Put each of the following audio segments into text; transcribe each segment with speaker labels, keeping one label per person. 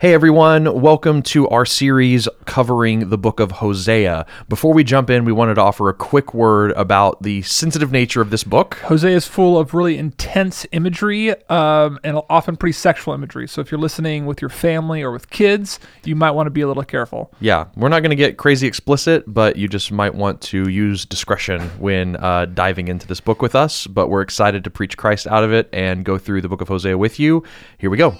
Speaker 1: Hey everyone, welcome to our series covering the book of Hosea. Before we jump in, we wanted to offer a quick word about the sensitive nature of this book.
Speaker 2: Hosea is full of really intense imagery um, and often pretty sexual imagery. So if you're listening with your family or with kids, you might want to be a little careful.
Speaker 1: Yeah, we're not going to get crazy explicit, but you just might want to use discretion when uh, diving into this book with us. But we're excited to preach Christ out of it and go through the book of Hosea with you. Here we go.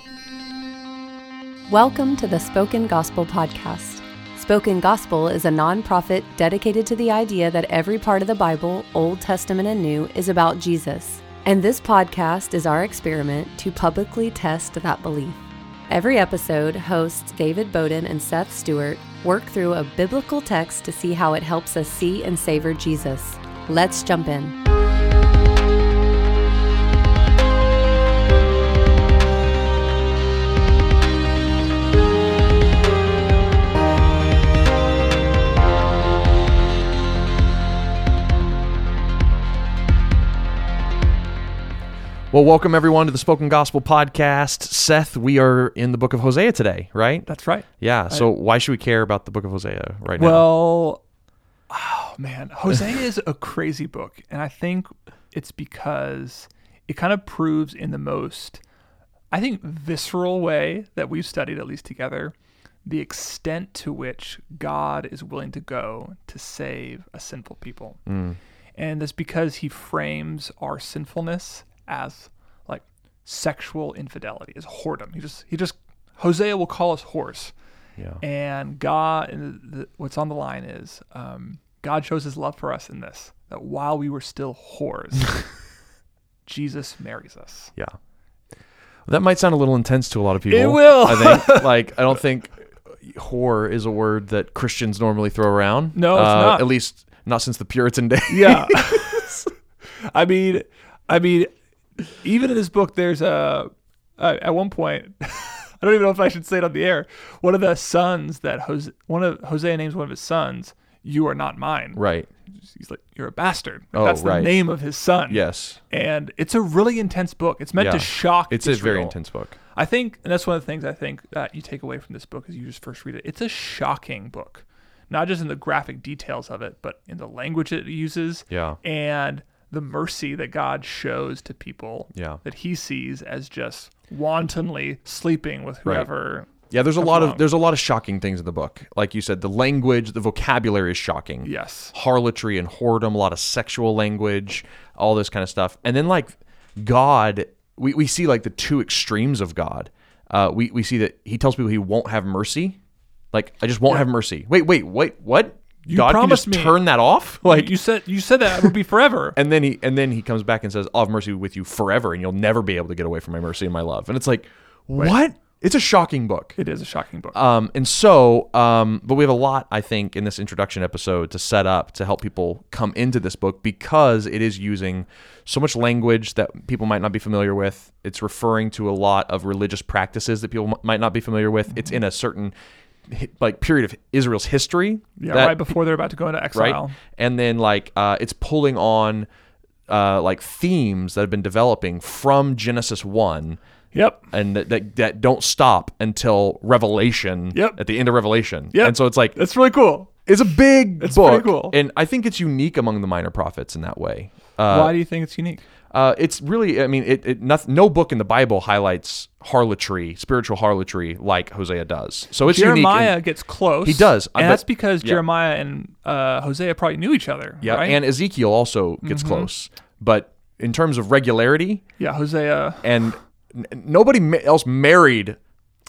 Speaker 3: Welcome to the Spoken Gospel Podcast. Spoken Gospel is a nonprofit dedicated to the idea that every part of the Bible, Old Testament and New, is about Jesus. And this podcast is our experiment to publicly test that belief. Every episode, hosts David Bowden and Seth Stewart work through a biblical text to see how it helps us see and savor Jesus. Let's jump in.
Speaker 1: Well, welcome everyone to the Spoken Gospel Podcast. Seth, we are in the book of Hosea today, right?
Speaker 2: That's right.
Speaker 1: Yeah, so why should we care about the book of Hosea right now?
Speaker 2: Well, oh man, Hosea is a crazy book, and I think it's because it kind of proves in the most, I think, visceral way that we've studied at least together, the extent to which God is willing to go to save a sinful people,
Speaker 1: Mm.
Speaker 2: and that's because He frames our sinfulness as like sexual infidelity, as whoredom. He just he just Hosea will call us whores.
Speaker 1: yeah.
Speaker 2: And God, and the, the, what's on the line is um, God shows his love for us in this that while we were still whores, Jesus marries us.
Speaker 1: Yeah. That might sound a little intense to a lot of people.
Speaker 2: It will.
Speaker 1: I think. Like, I don't think whore is a word that Christians normally throw around.
Speaker 2: No, it's
Speaker 1: Uh,
Speaker 2: not.
Speaker 1: At least not since the Puritan days.
Speaker 2: Yeah. I mean, I mean, even in this book, there's a, uh, at one point, I don't even know if I should say it on the air. One of the sons that Jose, one of Hosea names one of his sons, you are not mine.
Speaker 1: Right.
Speaker 2: He's like, you're a bastard.
Speaker 1: Oh,
Speaker 2: That's the
Speaker 1: right.
Speaker 2: name of his son.
Speaker 1: Yes.
Speaker 2: and it's a really intense book. It's meant
Speaker 1: Yeah.
Speaker 2: to shock.
Speaker 1: It's a very
Speaker 2: Israel.
Speaker 1: intense book.
Speaker 2: I think, and that's one of the things I think that you take away from this book is you just first read it. It's a shocking book, not just in the graphic details of it, but in the language it uses.
Speaker 1: Yeah.
Speaker 2: and the mercy that God shows to people.
Speaker 1: Yeah.
Speaker 2: that He sees as just wantonly sleeping with whoever.
Speaker 1: Yeah, there's a lot
Speaker 2: wrong.
Speaker 1: of there's a lot of shocking things in the book. Like you said, the language, the vocabulary is shocking.
Speaker 2: Yes.
Speaker 1: Harlotry and whoredom, a lot of sexual language, all this kind of stuff. And then like God, we, we see like the two extremes of God. Uh, we, we see that he tells people he won't have mercy. Like, I just won't have mercy. Wait, wait, wait, what?
Speaker 2: You
Speaker 1: God can
Speaker 2: promised
Speaker 1: just
Speaker 2: me.
Speaker 1: turn that off? Like
Speaker 2: you said, you said that it would be forever.
Speaker 1: and then he and then he comes back and says, I'll have mercy with you forever and you'll never be able to get away from my mercy and my love. And it's like, what? It's a shocking book.
Speaker 2: it is a shocking book.
Speaker 1: Um, and so, um, but we have a lot, I think, in this introduction episode to set up to help people come into this book because it is using so much language that people might not be familiar with. It's referring to a lot of religious practices that people m- might not be familiar with. It's in a certain hi- like period of Israel's history,
Speaker 2: yeah,
Speaker 1: that-
Speaker 2: right before they're about to go into
Speaker 1: right?
Speaker 2: exile.
Speaker 1: And then like uh, it's pulling on uh, like themes that have been developing from Genesis one
Speaker 2: Yep.
Speaker 1: and that, that, that don't stop until Revelation.
Speaker 2: Yep.
Speaker 1: At the end of Revelation.
Speaker 2: Yep.
Speaker 1: And so it's like
Speaker 2: That's really cool.
Speaker 1: it's a big
Speaker 2: It's
Speaker 1: book,
Speaker 2: pretty cool.
Speaker 1: and I think it's unique among the minor prophets in that way. Uh,
Speaker 2: Why do you think it's unique?
Speaker 1: uh, it's really, I mean, it, it noth- no book in the Bible highlights harlotry, spiritual harlotry, like Hosea does. So it's
Speaker 2: Jeremiah
Speaker 1: unique. in-
Speaker 2: gets close.
Speaker 1: He does, I
Speaker 2: and
Speaker 1: bet-
Speaker 2: that's because
Speaker 1: yeah.
Speaker 2: Jeremiah and uh, Hosea probably knew each other.
Speaker 1: yeah,
Speaker 2: right? Mm-hmm.
Speaker 1: and Ezekiel also gets close, but in terms of regularity,
Speaker 2: yeah, Hosea.
Speaker 1: and n- nobody ma- else married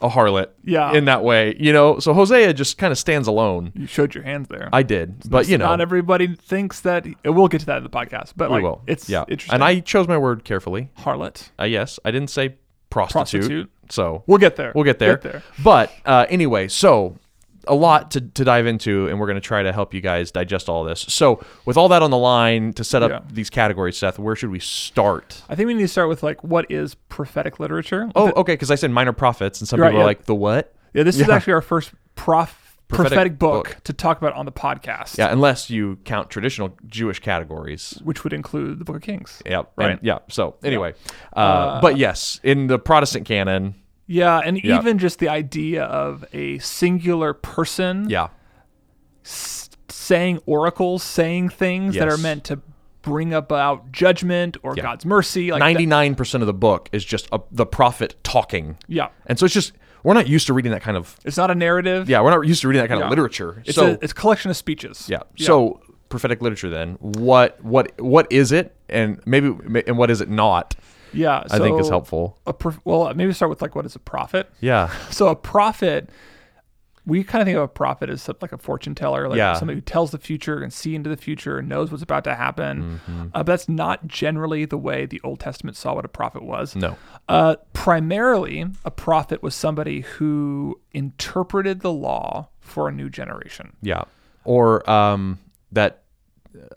Speaker 1: a harlot.
Speaker 2: Yeah.
Speaker 1: in that way, you know. So Hosea just kind of stands alone.
Speaker 2: You showed your hands there.
Speaker 1: I did, but you know,
Speaker 2: not everybody thinks that. We'll get to that in the podcast, but
Speaker 1: we
Speaker 2: like,
Speaker 1: will.
Speaker 2: it's
Speaker 1: yeah,
Speaker 2: interesting.
Speaker 1: and I chose my word carefully.
Speaker 2: harlot.
Speaker 1: Uh, yes, I didn't say prostitute.
Speaker 2: Prostitute.
Speaker 1: So
Speaker 2: We'll get there.
Speaker 1: we'll get there.
Speaker 2: there.
Speaker 1: But uh, anyway, so a lot to, to dive into, and we're going to try to help you guys digest all this. So with all that on the line to set up
Speaker 2: Yeah.
Speaker 1: these categories, Seth, where should we start?
Speaker 2: I think we need to start with like what is prophetic literature?
Speaker 1: Oh, okay, because I said minor prophets, and some
Speaker 2: Right,
Speaker 1: people are
Speaker 2: yeah.
Speaker 1: like the what?
Speaker 2: yeah, this is actually our first prof
Speaker 1: Prophetic
Speaker 2: prophetic, book,
Speaker 1: book.
Speaker 2: to talk about on the podcast.
Speaker 1: Yeah, unless you count traditional Jewish categories.
Speaker 2: which would include the Book of Kings.
Speaker 1: Yep.
Speaker 2: Right. Uh,
Speaker 1: And, yeah. So anyway, Uh, but yes, in the Protestant canon,
Speaker 2: Yeah, and
Speaker 1: Yeah.
Speaker 2: even just the idea of a singular person
Speaker 1: Yeah.
Speaker 2: s- saying oracles, saying things that are
Speaker 1: Yes.
Speaker 2: meant to bring about judgment or
Speaker 1: Yeah.
Speaker 2: God's mercy. Like that-
Speaker 1: Ninety-nine percent of the book is just a, the prophet talking.
Speaker 2: yeah,
Speaker 1: And so it's just we're not used to reading that kind of
Speaker 2: it's not a narrative.
Speaker 1: yeah we're not used to reading that kind
Speaker 2: Yeah.
Speaker 1: of literature.
Speaker 2: it's
Speaker 1: so
Speaker 2: a it's a collection of speeches.
Speaker 1: yeah. So prophetic literature then what what what is it and maybe and what is it not?
Speaker 2: yeah,
Speaker 1: I think is
Speaker 2: so
Speaker 1: helpful.
Speaker 2: A prof- well, maybe start with like what is a prophet.
Speaker 1: Yeah.
Speaker 2: So a prophet, we kind of think of a prophet as some- like a fortune teller, like
Speaker 1: Yeah.
Speaker 2: somebody who tells the future and see into the future and knows what's about to happen.
Speaker 1: Mm-hmm.
Speaker 2: Uh, but that's not generally the way the Old Testament saw what a prophet was.
Speaker 1: No.
Speaker 2: Uh, primarily, a prophet was somebody who interpreted the law for a new generation.
Speaker 1: Yeah. Or um that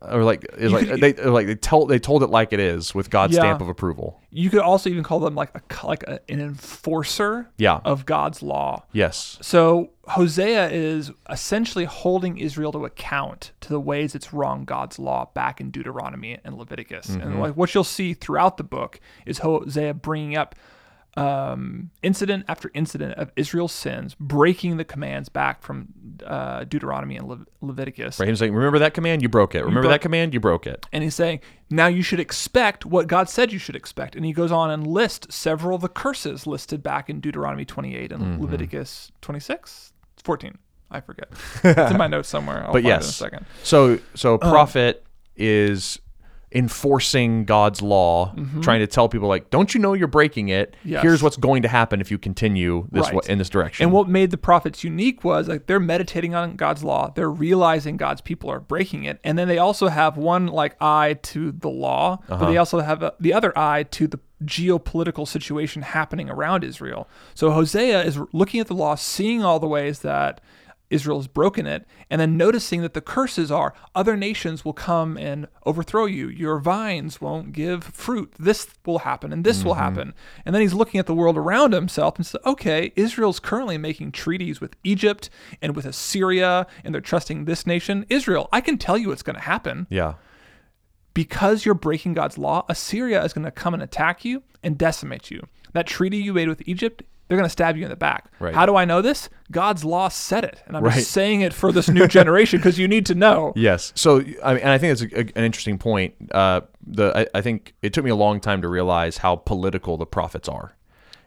Speaker 1: uh, or like is like
Speaker 2: could-
Speaker 1: they or like they tell they told it like it is with God's
Speaker 2: Yeah.
Speaker 1: stamp of approval.
Speaker 2: You could also even call them like a co- like a, an enforcer
Speaker 1: Yeah.
Speaker 2: of God's law.
Speaker 1: Yes.
Speaker 2: So Hosea is essentially holding Israel to account to the ways it's wrong God's law back in Deuteronomy and Leviticus. And like what you'll see throughout the book is Hosea bringing up um, incident after incident of Israel's sins, breaking the commands back from uh, Deuteronomy and Le- Leviticus.
Speaker 1: Right. He's like, remember that command? You broke it. Remember
Speaker 2: broke-
Speaker 1: that command? You broke it.
Speaker 2: And he's saying, now you should expect what God said you should expect. And he goes on and lists several of the curses listed back in Deuteronomy 28 and
Speaker 1: Mm-hmm.
Speaker 2: Leviticus 26, 14. I forget. it's in my notes somewhere. I'll
Speaker 1: But
Speaker 2: find it in a
Speaker 1: yes.
Speaker 2: second.
Speaker 1: So so
Speaker 2: Oh.
Speaker 1: prophet is enforcing God's law, trying to tell people like, don't you know you're breaking it?
Speaker 2: Mm-hmm. Yes.
Speaker 1: Here's what's going to happen if you continue this
Speaker 2: Right.
Speaker 1: wa- in this direction.
Speaker 2: And what made the prophets unique was like they're meditating on God's law, they're realizing God's people are breaking it, and then they also have one like eye to the law,
Speaker 1: Uh-huh.
Speaker 2: but they also have a, the other eye to the geopolitical situation happening around Israel. So Hosea is looking at the law, seeing all the ways that Israel has broken it, and then noticing that the curses are other nations will come and overthrow you. Your vines won't give fruit. This will happen, and this will happen. And then he's looking at the world around himself and says, okay, Israel's currently making treaties with Egypt and with Assyria, and they're trusting this nation, Israel. I can tell you what's going to happen.
Speaker 1: yeah.
Speaker 2: Because you're breaking God's law, Assyria is going to come and attack you and decimate you. That treaty you made with Egypt, they're going to stab you in the back.
Speaker 1: Right.
Speaker 2: How do I know this? God's law said it. And I'm
Speaker 1: Right.
Speaker 2: just saying it for this new generation because you need to know.
Speaker 1: Yes. So, I mean, and I think it's a, an interesting point. Uh, the I, I think it took me a long time to realize how political the prophets are,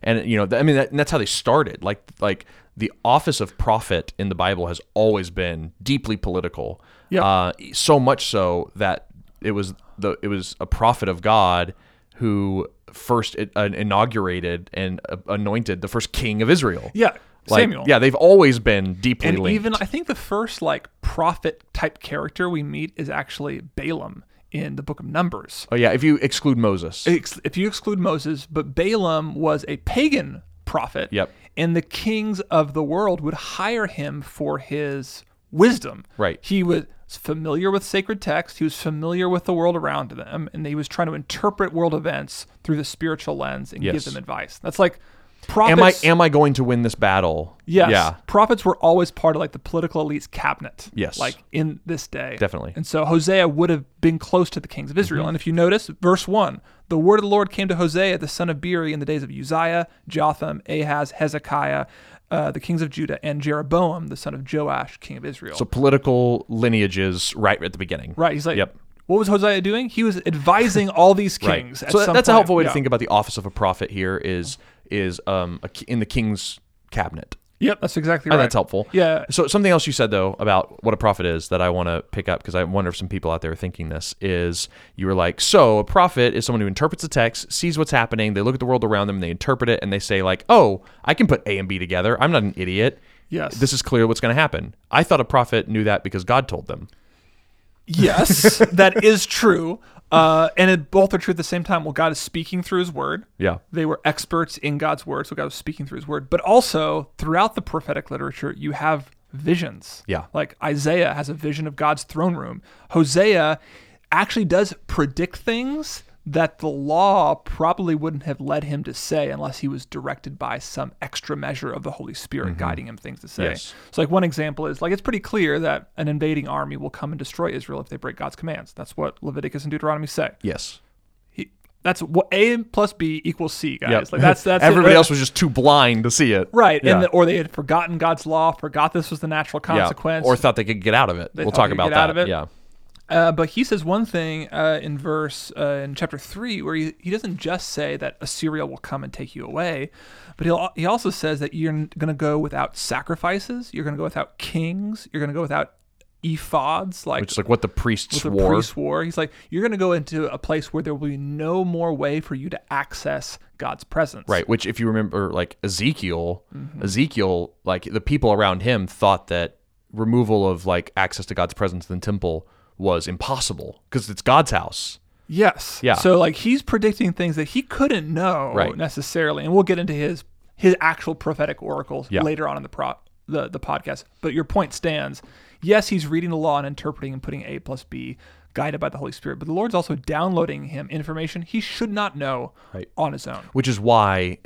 Speaker 1: and you know, th- I mean, that, and that's how they started. Like, like the office of prophet in the Bible has always been deeply political.
Speaker 2: Yeah.
Speaker 1: Uh, so much so that it was the it was a prophet of God who first i- uh, inaugurated and uh, anointed the first king of Israel.
Speaker 2: Yeah.
Speaker 1: Like,
Speaker 2: Samuel.
Speaker 1: Yeah, they've always been deeply
Speaker 2: And
Speaker 1: linked.
Speaker 2: even I think the first like prophet type character we meet is actually Balaam in the book of Numbers.
Speaker 1: oh yeah, if you exclude Moses.
Speaker 2: ex- if you exclude Moses, but Balaam was a pagan prophet.
Speaker 1: Yep.
Speaker 2: And the kings of the world would hire him for his wisdom.
Speaker 1: Right.
Speaker 2: He was familiar with sacred text, he was familiar with the world around them, and he was trying to interpret world events through the spiritual lens and give
Speaker 1: Yes.
Speaker 2: them advice. That's like prophets.
Speaker 1: am I am I going to win this battle?
Speaker 2: Yes.
Speaker 1: Yeah.
Speaker 2: Prophets were always part of like the political elite's cabinet.
Speaker 1: Yes.
Speaker 2: Like in this day.
Speaker 1: Definitely. Mm-hmm.
Speaker 2: And so Hosea would have been close to the kings of Israel. And if you notice, verse 1 the word of the Lord came to Hosea, the son of Beeri, in the days of Uzziah, Jotham, Ahaz, Hezekiah, uh, the kings of Judah, and Jeroboam, the son of Joash, king of Israel.
Speaker 1: So political lineages right at the beginning.
Speaker 2: right. He's like,
Speaker 1: Yep.
Speaker 2: what was Hosea doing? He was advising all these
Speaker 1: Right.
Speaker 2: kings. at
Speaker 1: So that-
Speaker 2: some
Speaker 1: that's a
Speaker 2: point.
Speaker 1: helpful way to
Speaker 2: Yeah.
Speaker 1: think about the office of a prophet here is is um a, ki- in the king's cabinet.
Speaker 2: Yep. That's exactly
Speaker 1: I
Speaker 2: right.
Speaker 1: think that's helpful.
Speaker 2: Yeah.
Speaker 1: So something else you said though about what a prophet is that I want to pick up because I wonder if some people out there are thinking this is you were like so a prophet is someone who interprets the text, sees what's happening, they look at the world around them, and they interpret it, and they say like oh I can put A and B together. I'm not an idiot.
Speaker 2: Yes.
Speaker 1: This is clear what's going to happen. I thought a prophet knew that because God told them.
Speaker 2: Yes, that is true. Uh, and it, both are true at the same time. Well, God is speaking through his word.
Speaker 1: Yeah.
Speaker 2: They were experts in God's word, so God was speaking through his word. But also, throughout the prophetic literature, you have visions.
Speaker 1: Yeah.
Speaker 2: Like Isaiah has a vision of God's throne room. Hosea actually does predict things that the law probably wouldn't have led him to say unless he was directed by some extra measure of the Holy Spirit guiding him things to say.
Speaker 1: Mm-hmm. Yes.
Speaker 2: So like one example is like it's pretty clear that an invading army will come and destroy Israel if they break God's commands. That's what Leviticus and Deuteronomy say.
Speaker 1: Yes.
Speaker 2: He, That's what A plus B equals C, guys.
Speaker 1: Yeah.
Speaker 2: Like that's that's it.
Speaker 1: Everybody else was just too blind to see it.
Speaker 2: right,
Speaker 1: Yeah.
Speaker 2: and the, or they had forgotten God's law, forgot this was the natural
Speaker 1: Yeah.
Speaker 2: consequence,
Speaker 1: Or thought they could get out of it.
Speaker 2: They
Speaker 1: we'll
Speaker 2: thought
Speaker 1: talk
Speaker 2: they could
Speaker 1: about
Speaker 2: get
Speaker 1: that.
Speaker 2: out of it.
Speaker 1: Yeah.
Speaker 2: Uh, but he says one thing uh, in verse uh, in chapter three, where he, he doesn't just say that Assyria will come and take you away, but he'll, he also says that you're going to go without sacrifices, you're going to go without kings, you're going to go without ephods, like
Speaker 1: Which is like what the priests
Speaker 2: with
Speaker 1: wore.
Speaker 2: a priest war. He's like, you're going to go into a place where there will be no more way for you to access God's presence.
Speaker 1: Right, which if you remember like Ezekiel,
Speaker 2: Mm-hmm.
Speaker 1: Ezekiel like the people around him thought that removal of like access to God's presence in the temple was impossible because it's God's house.
Speaker 2: Yes.
Speaker 1: Yeah.
Speaker 2: So like he's predicting things that he couldn't know
Speaker 1: Right.
Speaker 2: necessarily, and we'll get into his his actual prophetic oracles
Speaker 1: Yeah.
Speaker 2: later on in the pro the the podcast. But your point stands. Yes, he's reading the law and interpreting and putting A plus B, guided by the Holy Spirit. But the Lord's also downloading him information he should not know
Speaker 1: Right.
Speaker 2: on his own.
Speaker 1: which is why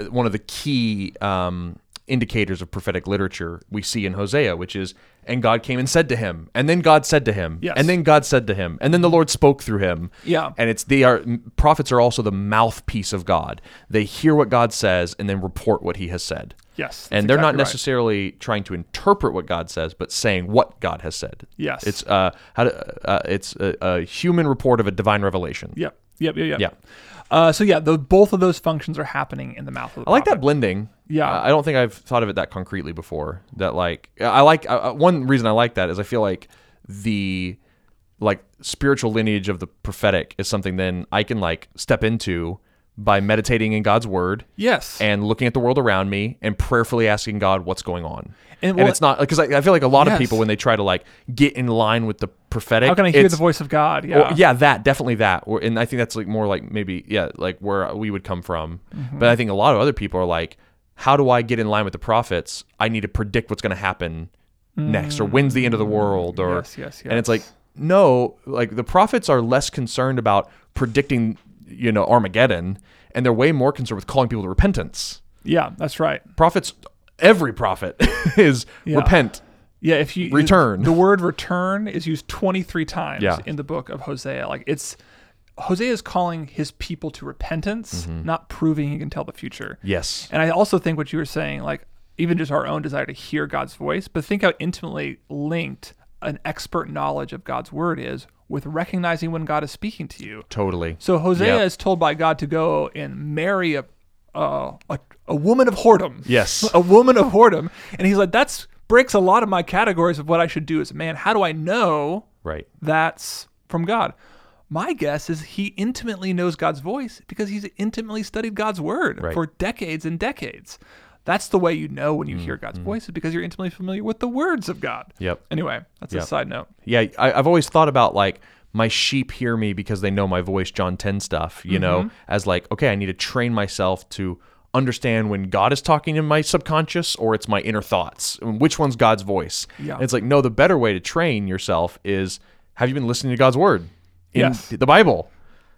Speaker 1: uh, one of the key um, indicators of prophetic literature we see in Hosea, which is, and God came and said to him, and then God said to him,
Speaker 2: Yes.
Speaker 1: and then God said to him, and then the Lord spoke through him.
Speaker 2: Yeah.
Speaker 1: And it's they are m- prophets are also the mouthpiece of God. They hear what God says and then report what He has said.
Speaker 2: Yes.
Speaker 1: And
Speaker 2: that's
Speaker 1: they're not
Speaker 2: exactly right.
Speaker 1: necessarily trying to interpret what God says, but saying what God has said.
Speaker 2: Yes.
Speaker 1: it's uh, how to, uh, it's a, a human report of a divine revelation.
Speaker 2: Yep. Yep. Yep. Yep.
Speaker 1: Yeah.
Speaker 2: Uh, so yeah, the, both of those functions are happening in the mouth of the
Speaker 1: I like
Speaker 2: prophet.
Speaker 1: that blending.
Speaker 2: Uh, Yeah.
Speaker 1: Uh, I don't think I've thought of it that concretely before. That like I like uh, uh, one reason I like that is I feel like the like spiritual lineage of the prophetic is something then I can like step into by meditating in God's word
Speaker 2: Yes.
Speaker 1: and looking at the world around me and prayerfully asking God what's going on.
Speaker 2: And
Speaker 1: And,
Speaker 2: well-
Speaker 1: it's not because I, I feel like a lot
Speaker 2: Yes.
Speaker 1: of people when they try to like get in line with the prophetic,
Speaker 2: How can I hear
Speaker 1: it's-
Speaker 2: the voice of God? Yeah.
Speaker 1: or- yeah, that definitely that, Or- and I think that's like more like maybe yeah, like where we would come from.
Speaker 2: Mm-hmm.
Speaker 1: But I think a lot of other people are like, how do I get in line with the prophets? I need to predict what's going to happen next, or when's the end of the world, or
Speaker 2: Mm, Yes, yes,
Speaker 1: and it's
Speaker 2: yes.
Speaker 1: like no, like the prophets are less concerned about predicting, you know, Armageddon, and they're way more concerned with calling people to repentance.
Speaker 2: Yeah. That's right.
Speaker 1: Prophets, every prophet is
Speaker 2: Yeah.
Speaker 1: repent.
Speaker 2: Yeah, if you
Speaker 1: Return.
Speaker 2: the word return is used 23 times
Speaker 1: Yeah.
Speaker 2: in the book of Hosea. Like it's Hosea is calling his people to repentance,
Speaker 1: Mm-hmm.
Speaker 2: not proving he can tell the future.
Speaker 1: Yes,
Speaker 2: And I also think what you were saying, like even just our own desire to hear God's voice, but think how intimately linked an expert knowledge of God's word is with recognizing when God is speaking to you.
Speaker 1: totally.
Speaker 2: So Hosea
Speaker 1: Yeah.
Speaker 2: is told by God to go and marry a uh, a, a woman of whoredom.
Speaker 1: Yes.
Speaker 2: a woman of whoredom, and he's like, that's breaks a lot of my categories of what I should do as a man. How do I know
Speaker 1: right.
Speaker 2: that's from God? My guess is he intimately knows God's voice because he's intimately studied God's word
Speaker 1: Right.
Speaker 2: for decades and decades. That's the way you know when you hear God's voice is because you're intimately familiar with the words of God.
Speaker 1: Mm-hmm. Yep.
Speaker 2: Anyway, that's a
Speaker 1: Yep.
Speaker 2: side note.
Speaker 1: yeah I, i've always thought about like my sheep hear me because they know my voice john 10 stuff you
Speaker 2: Mm-hmm.
Speaker 1: know as like okay i need to train myself to understand when god is talking in my subconscious or it's my inner thoughts and which one's god's voice
Speaker 2: Yeah.
Speaker 1: And it's like no the better way to train yourself is have you been listening to god's word in
Speaker 2: Yes.
Speaker 1: the bible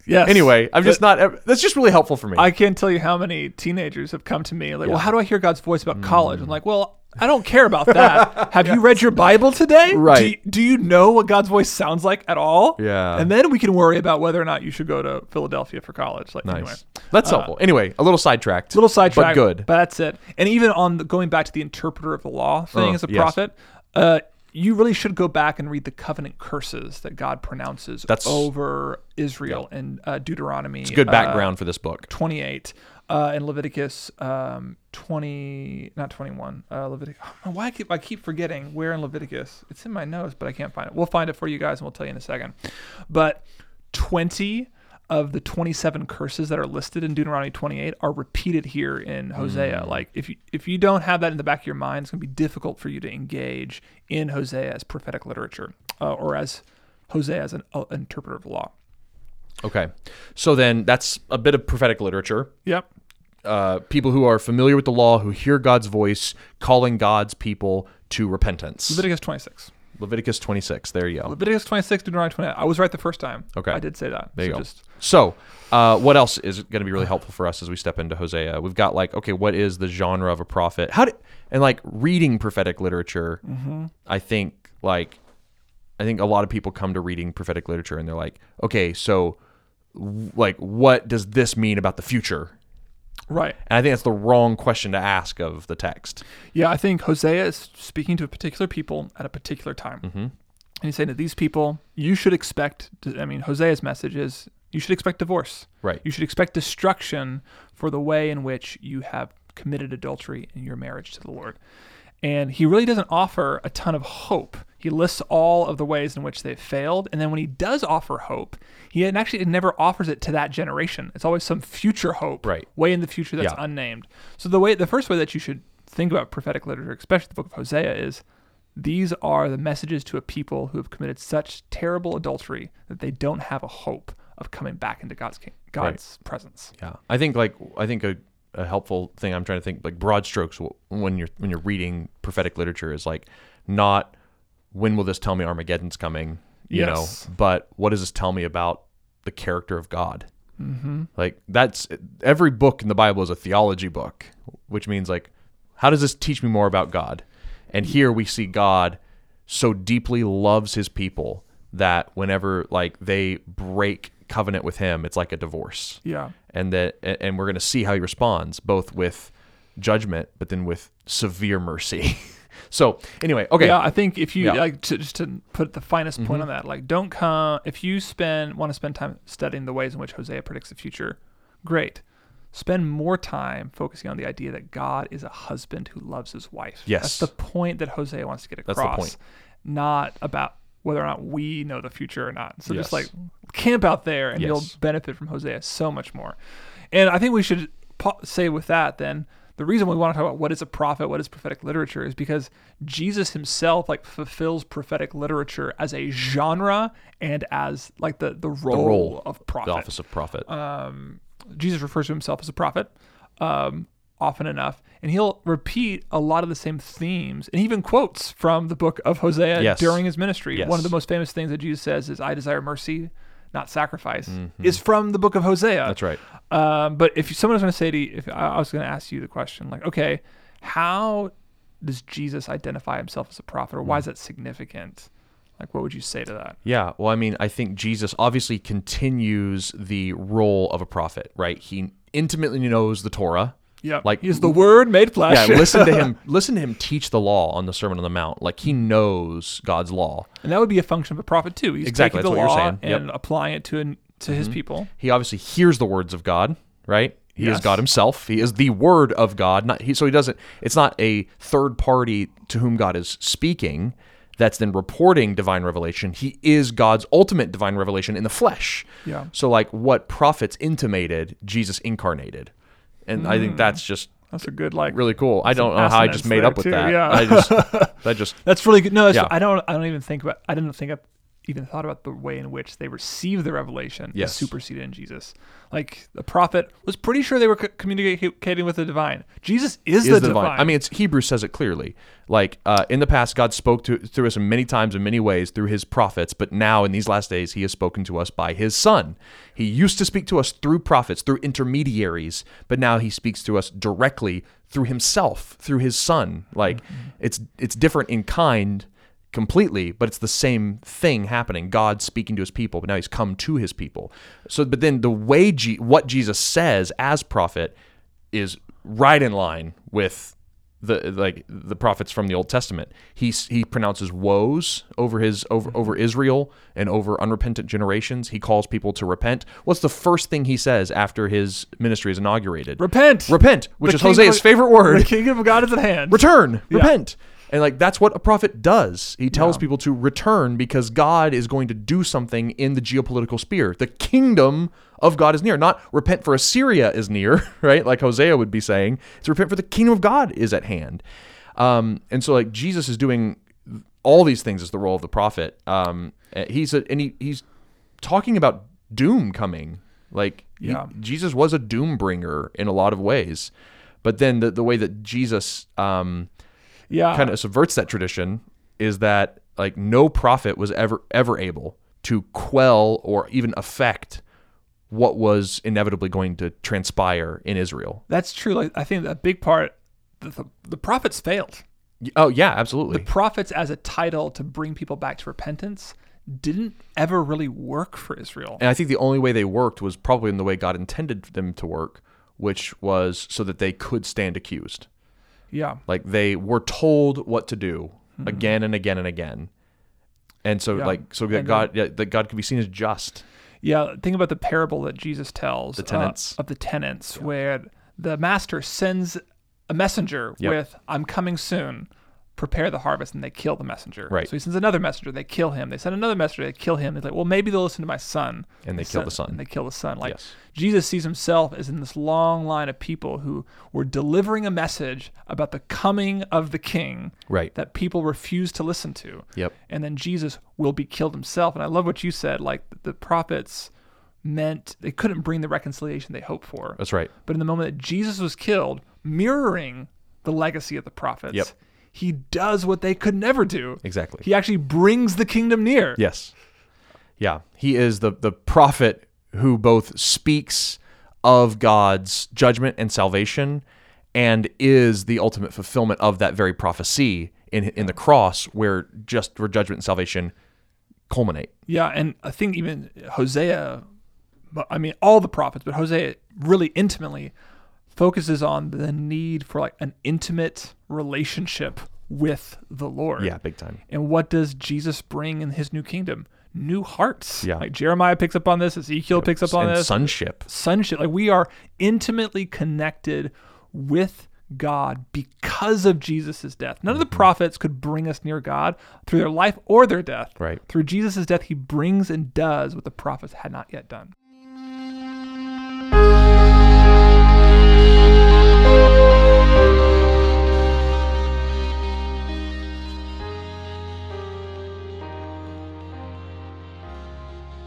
Speaker 2: Yes.
Speaker 1: anyway i'm just not ev- that's just really helpful for me
Speaker 2: I can't tell you how many teenagers have come to me like, "Well, how do I hear God's voice
Speaker 1: Mm.
Speaker 2: about college?" I'm like, "Well, I don't care about that. have you read your Bible today? Do you,
Speaker 1: Right.
Speaker 2: do you know what God's voice sounds like at all?
Speaker 1: Yeah.
Speaker 2: And then we can worry about whether or not you should go to Philadelphia for college. Like, anyway, Uh,
Speaker 1: nice that's helpful anyway a little sidetracked
Speaker 2: little
Speaker 1: but
Speaker 2: sidetrack,
Speaker 1: good
Speaker 2: But that's it. And even on the, going back to the interpreter of the law thing
Speaker 1: Uh,
Speaker 2: as a
Speaker 1: yes.
Speaker 2: prophet, uh, you really should go back and read the covenant curses that God pronounces
Speaker 1: That's-
Speaker 2: over Israel in uh, Deuteronomy.
Speaker 1: good
Speaker 2: uh,
Speaker 1: background for this book
Speaker 2: 28 uh, and Leviticus um, 20, not 21. Uh, Leviticus. Why I keep I keep forgetting where in Leviticus? It's in my notes, but I can't find it. We'll find it for you guys, and we'll tell you in a second. But 20 of the 27 curses that are listed in Deuteronomy 28 are repeated here in Hosea. Like if you if you don't have that in the back of your mind, it's going to be difficult for you to engage in Hosea as prophetic literature uh, or as Hosea as an uh, interpreter of law.
Speaker 1: okay so then that's a bit of prophetic literature
Speaker 2: Yep.
Speaker 1: uh, people who are familiar with the law, who hear God's voice, calling God's people to repentance.
Speaker 2: Leviticus 26.
Speaker 1: Leviticus 26. There you go.
Speaker 2: Leviticus 26, Deuteronomy 28. I was right the first time.
Speaker 1: Okay.
Speaker 2: I did say that.
Speaker 1: There
Speaker 2: so
Speaker 1: you go.
Speaker 2: Just,
Speaker 1: so, uh, what else is going to be really helpful for us as we step into Hosea? We've got like, okay, what is the genre of a prophet? How do and like reading prophetic literature? I think like, I think a lot of people come to reading prophetic literature and they're like, okay, so w- like what does this mean about the future?
Speaker 2: Right.
Speaker 1: And I think that's the wrong question to ask of the text.
Speaker 2: Yeah, I think Hosea is speaking to a particular people at a particular time.
Speaker 1: Mm-hmm.
Speaker 2: And he's saying that these people, you should expect, I mean, Hosea's message is you should expect divorce.
Speaker 1: Right.
Speaker 2: You should expect destruction for the way in which you have committed adultery in your marriage to the Lord. And he really doesn't offer a ton of hope. He lists all of the ways in which they've failed. And then when he does offer hope, he actually never offers it to that generation. It's always some future hope,
Speaker 1: Right.
Speaker 2: way in the future that's
Speaker 1: Yeah.
Speaker 2: unnamed. So the way the first way that you should think about prophetic literature, especially the book of Hosea, is these are the messages to a people who have committed such terrible adultery that they don't have a hope of coming back into God's king, God's presence.
Speaker 1: Yeah, I think like I think a, a helpful thing I'm trying to think like broad strokes w- when you're when you're reading prophetic literature is like not when will this tell me Armageddon's coming, you
Speaker 2: Yes.
Speaker 1: know, but what does this tell me about the character of God? Mm-hmm. Like that's every book in the Bible is a theology book, which means like how does this teach me more about God? And here we see God so deeply loves his people that whenever like they break covenant with him, it's like a divorce
Speaker 2: Yeah.
Speaker 1: and that a- and we're going to see how he responds both with judgment but then with severe mercy so anyway okay
Speaker 2: Yeah, I think if you
Speaker 1: Yeah. Mm-hmm.
Speaker 2: like to, just to put the finest point on that, like don't come if you spend want to spend time studying the ways in which Hosea predicts the future, great. Spend more time focusing on the idea that God is a husband who loves his wife.
Speaker 1: Yes.
Speaker 2: That's the point that Hosea wants to get across.
Speaker 1: the point.
Speaker 2: Not about whether or not we know the future or not. So just
Speaker 1: Yes.
Speaker 2: like camp out there and
Speaker 1: Yes.
Speaker 2: you'll benefit from Hosea so much more. And I think we should pa- say with that then the reason we want to talk about what is a prophet, what is prophetic literature is because Jesus himself like fulfills prophetic literature as a genre and as like the the role,
Speaker 1: role,
Speaker 2: of
Speaker 1: the
Speaker 2: prophet. Uh,
Speaker 1: office of prophet
Speaker 2: Jesus refers to himself as a prophet um, often enough, and he'll repeat a lot of the same themes and even quotes from the book of Hosea
Speaker 1: Yes.
Speaker 2: during his ministry.
Speaker 1: Yes.
Speaker 2: One of the most famous things that Jesus says is, I desire mercy, not sacrifice, is from the book of Hosea.
Speaker 1: Mm-hmm. that's right
Speaker 2: Um, but if someone was going to say to you, if I I was going to ask you the question, like, okay, how does Jesus identify himself as a prophet, or why
Speaker 1: Hmm.
Speaker 2: is that significant? Like, what would you say to that?
Speaker 1: yeah well i mean i think jesus obviously continues the role of a prophet right he intimately knows the torah
Speaker 2: Yeah,
Speaker 1: Like-
Speaker 2: like he's the Word made
Speaker 1: yeah
Speaker 2: flesh.
Speaker 1: listen to him listen to him teach the law on the sermon on the mount like he knows god's law
Speaker 2: And that would be a function of a prophet too. He's
Speaker 1: Exactly,
Speaker 2: taking the
Speaker 1: that's what
Speaker 2: law
Speaker 1: you're saying. Yep. Mm-hmm.
Speaker 2: and applying it to an, to his people.
Speaker 1: he obviously hears the words of God, right? He is
Speaker 2: Yes.
Speaker 1: God himself. He is the word of God. Not he, so he doesn't it's not a third party to whom God is speaking that's then reporting divine revelation. He is God's ultimate divine revelation in the flesh.
Speaker 2: Yeah.
Speaker 1: So like what prophets intimated, Jesus incarnated. And I
Speaker 2: Hmm.
Speaker 1: think that's just
Speaker 2: That's a good like.
Speaker 1: really cool. I don't know how I just
Speaker 2: assonance
Speaker 1: made
Speaker 2: there,
Speaker 1: up with
Speaker 2: too,
Speaker 1: that.
Speaker 2: yeah.
Speaker 1: I just that just
Speaker 2: That's really good. No, that's,
Speaker 1: Yeah.
Speaker 2: I don't. I don't even think about. I didn't think I even thought about the way in which they received the revelation. is
Speaker 1: Yes.
Speaker 2: superseded in Jesus. Like the prophet was pretty sure they were co- communicating with the divine. Jesus is,
Speaker 1: is
Speaker 2: the, divine.
Speaker 1: I mean, it's Hebrews says it clearly. Like uh, in the past, God spoke to through us in many times in many ways through His prophets, but now in these last days, He has spoken to us by His Son. He used to speak to us through prophets, through intermediaries, but now He speaks to us directly through Himself, through His Son. Like it's it's different in kind completely, but it's the same thing happening. God speaking to his people, but now he's come to his people. So, but then the way Je- what Jesus says as prophet is right in line with the like the prophets from the Old Testament. He s- he pronounces woes over his over over
Speaker 2: Mm-hmm.
Speaker 1: Israel and over unrepentant generations. He calls people to repent. What's the first thing he says after his ministry is inaugurated?
Speaker 2: repent.
Speaker 1: Repent, which
Speaker 2: The
Speaker 1: is
Speaker 2: king-
Speaker 1: Hosea's favorite word
Speaker 2: The kingdom of God is at hand.
Speaker 1: return, repent. And like that's what a prophet does. He tells people to return because God is going to do something in the geopolitical sphere. The kingdom of God is near. Not repent for Assyria is near, right? Like Hosea would be saying. It's repent for the kingdom of God is at hand. Um, and so like Jesus is doing all these things as the role of the prophet. Um, he's a, and he, he's talking about doom coming. Like he-
Speaker 2: Yeah.
Speaker 1: Jesus was a doom bringer in a lot of ways, but then the, the way that Jesus um,
Speaker 2: yeah.
Speaker 1: kind of subverts that tradition is that like no prophet was ever ever able to quell or even affect what was inevitably going to transpire in Israel.
Speaker 2: That's true. Like I think a big part, the, the, the prophets failed.
Speaker 1: Y- Oh yeah, absolutely.
Speaker 2: prophets as a title to bring people back to repentance didn't ever really work for Israel.
Speaker 1: And I think the only way they worked was probably in the way God intended them to work, which was so that they could stand accused.
Speaker 2: Yeah.
Speaker 1: Like they were told what to do again and again and again. And so
Speaker 2: Hmm. Yeah.
Speaker 1: like so that
Speaker 2: And
Speaker 1: God yeah, that God could be seen as just.
Speaker 2: Yeah, think about the parable that Jesus tells the
Speaker 1: tenants.
Speaker 2: of the tenants, where the master sends a messenger
Speaker 1: Yep.
Speaker 2: with, I'm coming soon, prepare the harvest, and they kill the messenger.
Speaker 1: Right.
Speaker 2: So he sends another messenger, they kill him. They send another messenger, they kill him. He's like, well, maybe they'll listen to my son.
Speaker 1: And they kill the son.
Speaker 2: And they kill the son. Like
Speaker 1: Yes.
Speaker 2: Jesus sees himself as in this long line of people who were delivering a message about the coming of the king
Speaker 1: Right.
Speaker 2: that people refuse to listen to
Speaker 1: Yep.
Speaker 2: and then Jesus will be killed himself. And I love what you said, like the prophets meant they couldn't bring the reconciliation they hoped for.
Speaker 1: That's right.
Speaker 2: But in the moment that Jesus was killed, mirroring the legacy of the prophets,
Speaker 1: Yep.
Speaker 2: he does what they could never do.
Speaker 1: Exactly.
Speaker 2: He actually brings the kingdom near.
Speaker 1: Yes. Yeah. He is the, the prophet who both speaks of God's judgment and salvation and is the ultimate fulfillment of that very prophecy in in the cross where just where judgment and salvation culminate.
Speaker 2: Yeah, and I think even Hosea, but I mean all the prophets, but Hosea really intimately focuses on the need for like an intimate relationship with the Lord.
Speaker 1: Yeah, big time.
Speaker 2: And what does Jesus bring in his new kingdom? New hearts.
Speaker 1: Yeah.
Speaker 2: Like Jeremiah picks up on this, Ezekiel picks up on
Speaker 1: and
Speaker 2: this.
Speaker 1: sonship.
Speaker 2: Sonship. Like we are intimately connected with God because of Jesus' death. None of the
Speaker 1: Mm-hmm.
Speaker 2: prophets could bring us near God through their life or their death.
Speaker 1: Right.
Speaker 2: Through Jesus' death, he brings and does what the prophets had not yet done.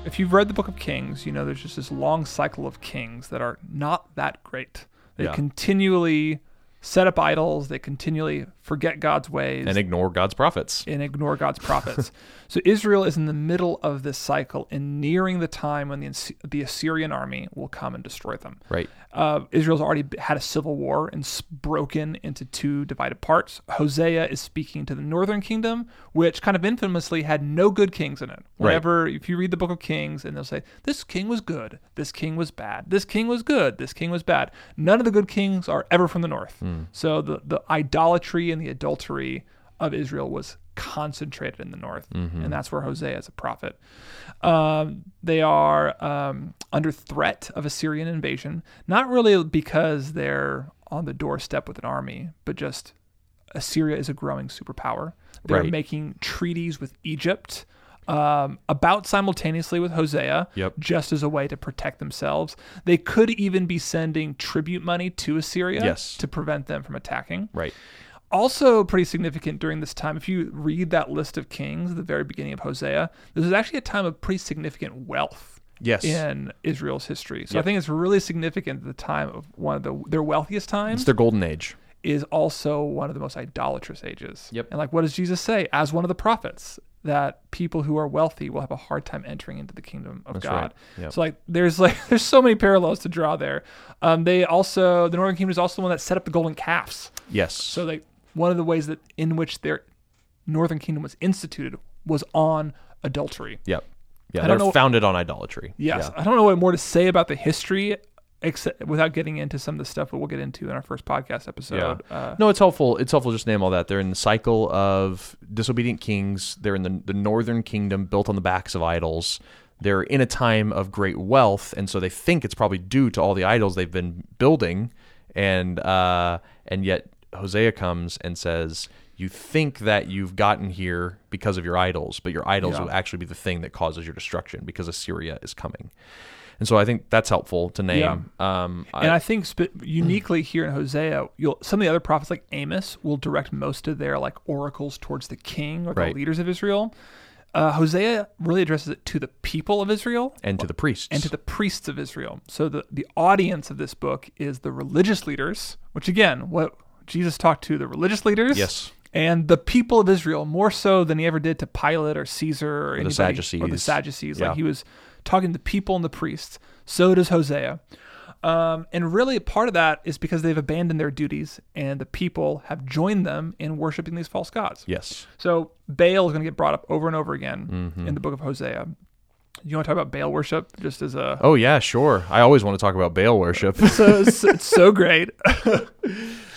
Speaker 2: If you've read the book of Kings, you know there's just this long cycle of kings that are not that great. They
Speaker 1: Yeah.
Speaker 2: continually set up idols, they continually forget God's ways
Speaker 1: And ignore God's prophets.
Speaker 2: and ignore God's prophets. so Israel is in the middle of this cycle and nearing the time when the, As- the Assyrian army will come and destroy them.
Speaker 1: Right.
Speaker 2: Uh, Israel's already b- had a civil war and s- broken into two divided parts. Hosea is speaking to the northern kingdom, which kind of infamously had no good kings in it.
Speaker 1: Right.
Speaker 2: Whenever, if you read the book of Kings, and they'll say, this king was good, this king was bad, this king was good, this king was bad. None of the good kings are ever from the north. So the, the idolatry and the adultery of Israel was concentrated in the north. And that's where Hosea is a prophet. Um, they are um, under threat of Assyrian invasion, not really because they're on the doorstep with an army, but just Assyria is a growing superpower. They're
Speaker 1: Right.
Speaker 2: making treaties with Egypt um, about simultaneously with Hosea,
Speaker 1: Yep.
Speaker 2: just as a way to protect themselves. They could even be sending tribute money to Assyria
Speaker 1: Yes.
Speaker 2: to prevent them from attacking
Speaker 1: Right.
Speaker 2: also pretty significant during this time. If you read that list of kings at the very beginning of Hosea, this is actually a time of pretty significant wealth
Speaker 1: Yes.
Speaker 2: in Israel's history. So I think it's really significant that the time of one of the their wealthiest
Speaker 1: It's
Speaker 2: times
Speaker 1: their golden age.
Speaker 2: is also one of the most idolatrous ages.
Speaker 1: Yep.
Speaker 2: And like what does Jesus say as one of the prophets? That people who are wealthy will have a hard time entering into the kingdom of
Speaker 1: right.
Speaker 2: God.
Speaker 1: Yep.
Speaker 2: So like there's like there's so many parallels to draw there. Um, they also the northern kingdom is also the one that set up the golden calves.
Speaker 1: Yes.
Speaker 2: So they one of the ways that in which their northern kingdom was instituted was on adultery.
Speaker 1: yep. Yeah.
Speaker 2: I
Speaker 1: They're
Speaker 2: don't know-
Speaker 1: founded on idolatry.
Speaker 2: Yes,
Speaker 1: Yeah.
Speaker 2: I don't know what more to say about the history except without getting into some of the stuff that we'll get into in our first podcast
Speaker 1: Yeah.
Speaker 2: episode. Uh,
Speaker 1: no, it's helpful. It's helpful just to name all that. They're in the cycle of disobedient kings. They're in the, the northern kingdom built on the backs of idols. They're in a time of great wealth, and so they think it's probably due to all the idols they've been building, and uh, and yet Hosea comes and says, "You think that you've gotten here because of your idols, but your idols
Speaker 2: Yeah.
Speaker 1: will actually be the thing that causes your destruction because Assyria is coming." And so I think that's helpful to name. Um, I-
Speaker 2: and I think sp- uniquely here in Hosea, you'll some of the other prophets like Amos will direct most of their like oracles towards the king or
Speaker 1: Right.
Speaker 2: the leaders of Israel. Uh, Hosea really addresses it to the people of Israel.
Speaker 1: and to the priests
Speaker 2: and to the priests of Israel. So the, the audience of this book is the religious leaders, which again, what Jesus talked to the religious leaders.
Speaker 1: Yes.
Speaker 2: And the people of Israel more so than he ever did to Pilate or Caesar or, anybody, Or the
Speaker 1: Sadducees.
Speaker 2: Sadducees.
Speaker 1: Yeah.
Speaker 2: Like he was talking to the people and the priests. So does Hosea. Um, and really, part of that is because they've abandoned their duties and the people have joined them in worshiping these false gods.
Speaker 1: Yes.
Speaker 2: So Baal is going to get brought up over and over again
Speaker 1: Mm-hmm.
Speaker 2: in the book of Hosea. You want to talk about Baal worship just as a
Speaker 1: Oh yeah, sure. I always want to talk about Baal worship.
Speaker 2: so it's, it's so great.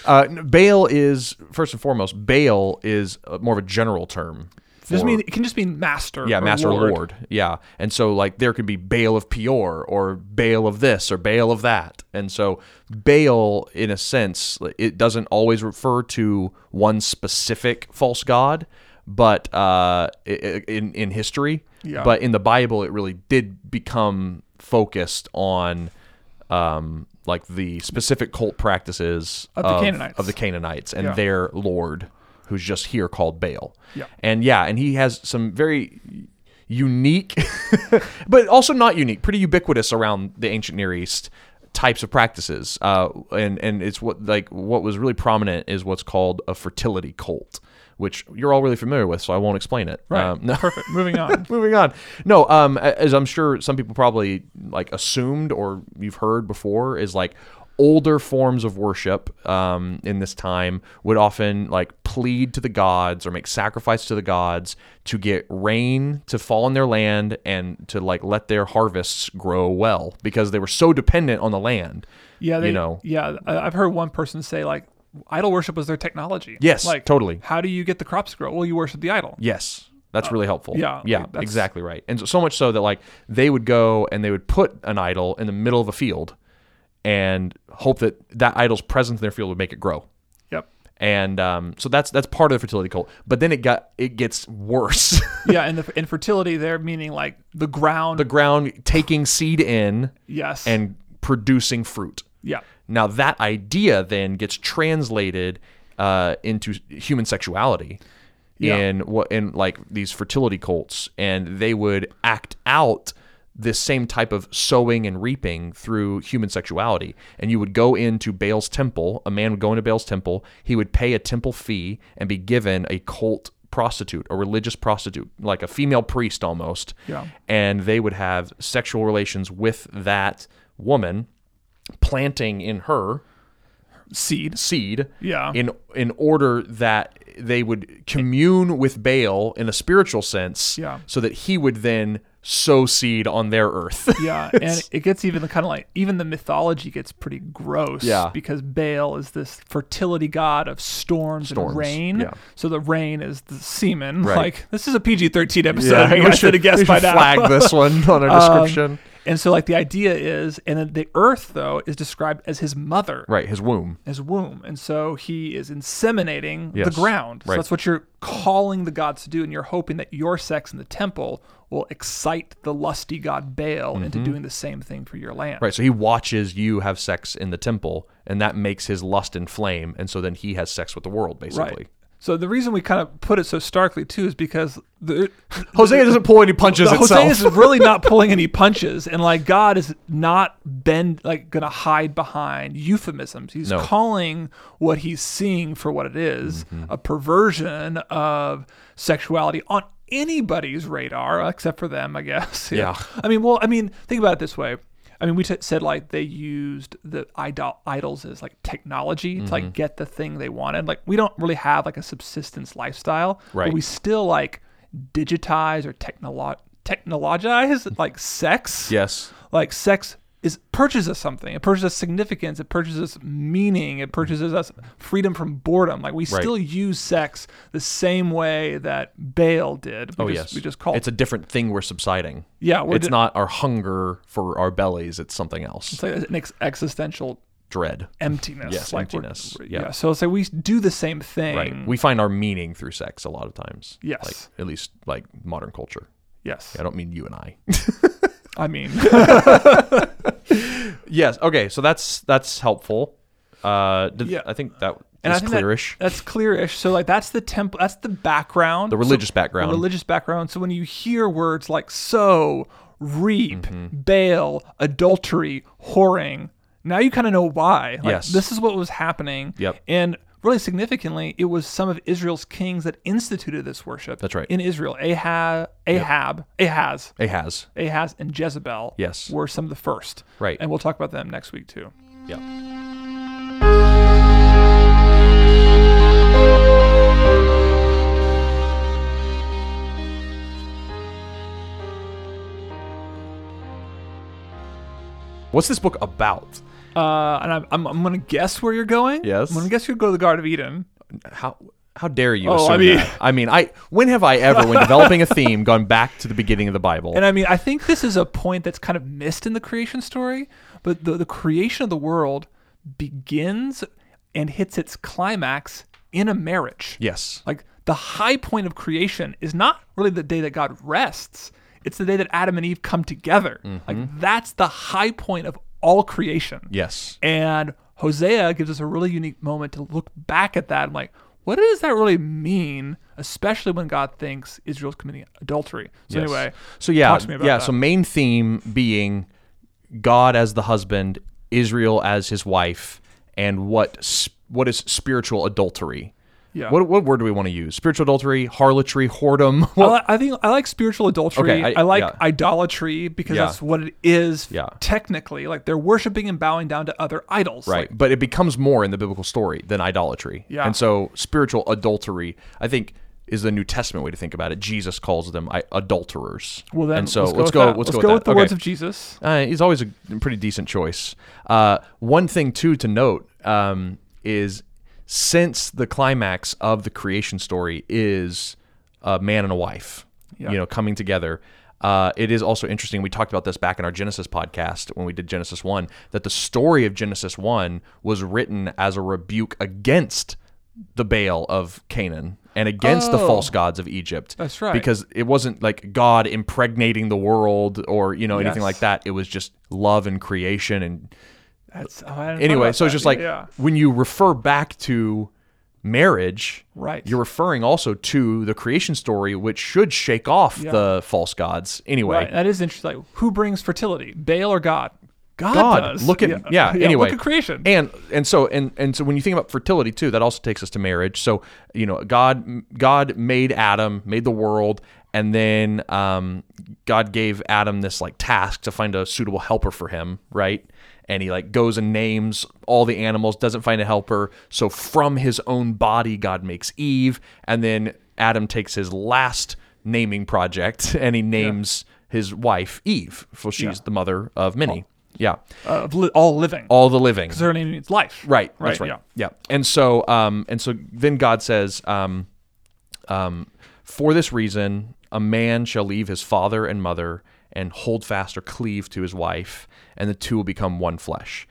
Speaker 1: Uh, n- Baal is first and foremost. Baal is uh, more of a general term.
Speaker 2: just
Speaker 1: for-
Speaker 2: mean it can just mean master.
Speaker 1: yeah,
Speaker 2: or
Speaker 1: master
Speaker 2: lord.
Speaker 1: lord. Yeah, and so like there could be Baal of Peor or Baal of this or Baal of that, and so Baal, in a sense, like, it doesn't always refer to one specific false god, but uh, i- i- in in history,
Speaker 2: Yeah.
Speaker 1: but in the Bible, it really did become focused on. Um, like the specific cult practices
Speaker 2: Of the Canaanites.
Speaker 1: of the Canaanites and
Speaker 2: Yeah.
Speaker 1: their lord, who's just here called Baal.
Speaker 2: Yeah.
Speaker 1: And yeah, and he has some very unique, but also not unique, pretty ubiquitous around the ancient Near East types of practices. Uh, and and it's what like what was really prominent is what's called a fertility cult, which you're all really familiar with, so I won't explain it.
Speaker 2: Right.
Speaker 1: Um, no.
Speaker 2: Perfect. Moving on.
Speaker 1: Moving on. No, um, a- as I'm sure some people probably like assumed or you've heard before is like older forms of worship um, in this time would often like plead to the gods or make sacrifice to the gods to get rain to fall on their land and to like let their harvests grow well because they were so dependent on the land.
Speaker 2: Yeah, they,
Speaker 1: you know.
Speaker 2: Yeah, I- I've heard one person say like idol worship was their technology.
Speaker 1: Yes,
Speaker 2: like
Speaker 1: totally.
Speaker 2: How do you get the crops to grow? Well, you worship the idol.
Speaker 1: Yes. That's really helpful.
Speaker 2: Uh, yeah,
Speaker 1: Yeah,
Speaker 2: that's-
Speaker 1: exactly right. And so, so much so that like they would go and they would put an idol in the middle of a field and hope that that idol's presence in their field would make it grow.
Speaker 2: Yep.
Speaker 1: And um, so that's that's part of the fertility cult. But then it got it gets worse.
Speaker 2: Yeah, and the infertility there meaning like the ground.
Speaker 1: the ground taking seed in
Speaker 2: yes.
Speaker 1: and producing fruit.
Speaker 2: yeah.
Speaker 1: Now that idea then gets translated uh, into human sexuality
Speaker 2: Yeah.
Speaker 1: in what in like these fertility cults, and they would act out this same type of sowing and reaping through human sexuality. And you would go into Baal's temple. A man would go into Baal's temple. He would pay a temple fee and be given a cult prostitute, a religious prostitute, like a female priest almost.
Speaker 2: Yeah.
Speaker 1: And they would have sexual relations with that woman planting in her
Speaker 2: Seed.
Speaker 1: seed
Speaker 2: Yeah.
Speaker 1: in in order that they would commune with Baal in a spiritual sense
Speaker 2: Yeah.
Speaker 1: so that he would then sow seed on their earth.
Speaker 2: Yeah, and it gets even kind of like even the mythology gets pretty gross.
Speaker 1: Yeah.
Speaker 2: because Baal is this fertility god of storms,
Speaker 1: Storms,
Speaker 2: and rain.
Speaker 1: yeah.
Speaker 2: So the rain is the semen.
Speaker 1: Right.
Speaker 2: Like this is a PG thirteen episode. You guys should have guessed by now.
Speaker 1: flag this one on our
Speaker 2: Um,
Speaker 1: description.
Speaker 2: and so like the idea is, and then the earth though is described as his mother,
Speaker 1: right, his womb.
Speaker 2: his womb, and so he is inseminating the
Speaker 1: Yes,
Speaker 2: ground. So
Speaker 1: right.
Speaker 2: that's what you're calling the gods to do, and you're hoping that your sex in the temple will excite the lusty god Baal into doing the same thing for your land.
Speaker 1: Mm-hmm. Right, so he watches you have sex in the temple and that makes his lust inflame and so then he has sex with the world basically.
Speaker 2: Right. So the reason we kind of put it so starkly too is because the,
Speaker 1: Hosea doesn't pull any punches
Speaker 2: the
Speaker 1: itself.
Speaker 2: Hosea is really not pulling any punches, and like God is not bend like gonna hide behind euphemisms. He's
Speaker 1: No.
Speaker 2: calling what he's seeing for what it is,
Speaker 1: Mm-hmm.
Speaker 2: a perversion of sexuality on anybody's radar except for them, I guess.
Speaker 1: Yeah.
Speaker 2: I mean, well, I mean, think about it this way. I mean, we t- said like they used the idol- idols as like technology to
Speaker 1: Mm-hmm.
Speaker 2: like get the thing they wanted. Like we don't really have like a subsistence lifestyle,
Speaker 1: Right.
Speaker 2: But we still like digitize or technolo- technologize like sex.
Speaker 1: yes.
Speaker 2: Like sex is purchases something. It purchases significance. It purchases meaning. It purchases us freedom from boredom. Like we still use sex the same way that Baal did. We
Speaker 1: Oh
Speaker 2: just,
Speaker 1: yes.
Speaker 2: We just call
Speaker 1: It's a different thing we're subsiding.
Speaker 2: Yeah, we're
Speaker 1: it's
Speaker 2: di-
Speaker 1: not our hunger for our bellies, it's something else.
Speaker 2: It's like an ex- existential
Speaker 1: dread.
Speaker 2: emptiness.
Speaker 1: Yes,
Speaker 2: like we're-
Speaker 1: emptiness.
Speaker 2: we're-
Speaker 1: Yeah.
Speaker 2: yeah. So it's like we do the same thing.
Speaker 1: Right. We find our meaning through sex a lot of times.
Speaker 2: Yes.
Speaker 1: Like, at least like modern culture.
Speaker 2: yes.
Speaker 1: I don't mean you and I.
Speaker 2: I mean,
Speaker 1: yes. Okay. So that's that's helpful. Uh, did,
Speaker 2: Yeah.
Speaker 1: I think that
Speaker 2: and I
Speaker 1: is
Speaker 2: think that-
Speaker 1: clearish.
Speaker 2: that's clearish. So like that's the temple. That's the background.
Speaker 1: the religious background.
Speaker 2: The religious background. So when you hear words like sow, reap,
Speaker 1: Mm-hmm.
Speaker 2: bail, adultery, whoring, now you kind of know why. Like,
Speaker 1: Yes.
Speaker 2: This is what was happening.
Speaker 1: Yep.
Speaker 2: And really significantly, it was some of Israel's kings that instituted this worship.
Speaker 1: That's right.
Speaker 2: In Israel, Ahab, Ahab, Ahaz,
Speaker 1: Ahaz.
Speaker 2: Ahaz, and Jezebel.
Speaker 1: Yes.
Speaker 2: were some of the first.
Speaker 1: Right.
Speaker 2: And we'll talk about them next week too.
Speaker 1: Yeah. What's this book about?
Speaker 2: Uh, and I'm, I'm, I'm going to guess where you're going.
Speaker 1: Yes.
Speaker 2: I'm going to guess you'll go to the Garden of Eden.
Speaker 1: How how dare you
Speaker 2: Oh,
Speaker 1: assume
Speaker 2: I mean-
Speaker 1: that? I mean, I when have I ever, when developing a theme, gone back to the beginning of the Bible?
Speaker 2: And I mean, I think this is a point that's kind of missed in the creation story, but the, the creation of the world begins and hits its climax in a marriage.
Speaker 1: yes,
Speaker 2: Like the high point of creation is not really the day that God rests, it's the day that Adam and Eve come together. Like that's the high point of all creation.
Speaker 1: Mm-hmm. yes,
Speaker 2: And Hosea gives us a really unique moment to look back at that and like, what does that really mean? Especially when God thinks Israel's committing adultery. So
Speaker 1: yes.
Speaker 2: anyway,
Speaker 1: so yeah,
Speaker 2: talk to me about
Speaker 1: yeah.
Speaker 2: that.
Speaker 1: So main theme being God as the husband, Israel as his wife, and what s- what is spiritual adultery?
Speaker 2: yeah.
Speaker 1: What what word do we want to use? Spiritual adultery, harlotry, whoredom.
Speaker 2: I,
Speaker 1: What-
Speaker 2: li- I think I like spiritual adultery.
Speaker 1: Okay, I-
Speaker 2: I, like
Speaker 1: yeah.
Speaker 2: idolatry because
Speaker 1: Yeah.
Speaker 2: that's what it is
Speaker 1: Yeah.
Speaker 2: technically. Like they're worshiping and bowing down to other idols.
Speaker 1: Right,
Speaker 2: Like,
Speaker 1: but it becomes more in the biblical story than idolatry.
Speaker 2: Yeah.
Speaker 1: And so spiritual adultery, I think, is the New Testament way to think about it. Jesus calls them I, adulterers.
Speaker 2: well then,
Speaker 1: and so
Speaker 2: let's go. with
Speaker 1: let's,
Speaker 2: that. let's
Speaker 1: go
Speaker 2: with,
Speaker 1: with that.
Speaker 2: the words
Speaker 1: Okay.
Speaker 2: of Jesus.
Speaker 1: Uh, he's always a pretty decent choice. Uh, one thing too to note um, is since the climax of the creation story is a man and a wife,
Speaker 2: Yeah.
Speaker 1: you know, coming together. Uh, it is also interesting. We talked about this back in our Genesis podcast when we did Genesis one. That the story of Genesis one was written as a rebuke against the Baal of Canaan and against the
Speaker 2: Oh.
Speaker 1: false gods of Egypt.
Speaker 2: That's right.
Speaker 1: Because because it wasn't like God impregnating the world or you know anything
Speaker 2: Yes.
Speaker 1: like that. It was just love and creation and
Speaker 2: That's oh, I hadn't thought
Speaker 1: anyway.
Speaker 2: about
Speaker 1: So it's
Speaker 2: that.
Speaker 1: just like
Speaker 2: yeah.
Speaker 1: when you refer back to marriage,
Speaker 2: Right.
Speaker 1: You're referring also to the creation story, which should shake off
Speaker 2: Yeah.
Speaker 1: the false gods. Anyway,
Speaker 2: Right, that is interesting. Like, who brings fertility, Baal or God? God,
Speaker 1: God,
Speaker 2: does.
Speaker 1: look at yeah. anyway,
Speaker 2: look at creation.
Speaker 1: and and so and and so when you think about fertility too, that also takes us to marriage. So you know, God God made Adam, made the world, and then um, God gave Adam this like task to find a suitable helper for him, right? And he like goes and names all the animals, doesn't find a helper. So from his own body, God makes Eve, and then Adam takes his last naming project, and he names his wife Eve, for she's the mother of many. Yeah,
Speaker 2: uh, of li- all living.
Speaker 1: all the living.
Speaker 2: Because her name means life.
Speaker 1: Right. That's right.
Speaker 2: Yeah.
Speaker 1: Yeah. And so, um, and so then God says, um, um, for this reason, a man shall leave his father and mother and hold fast or cleave to his wife, and the two will become one flesh.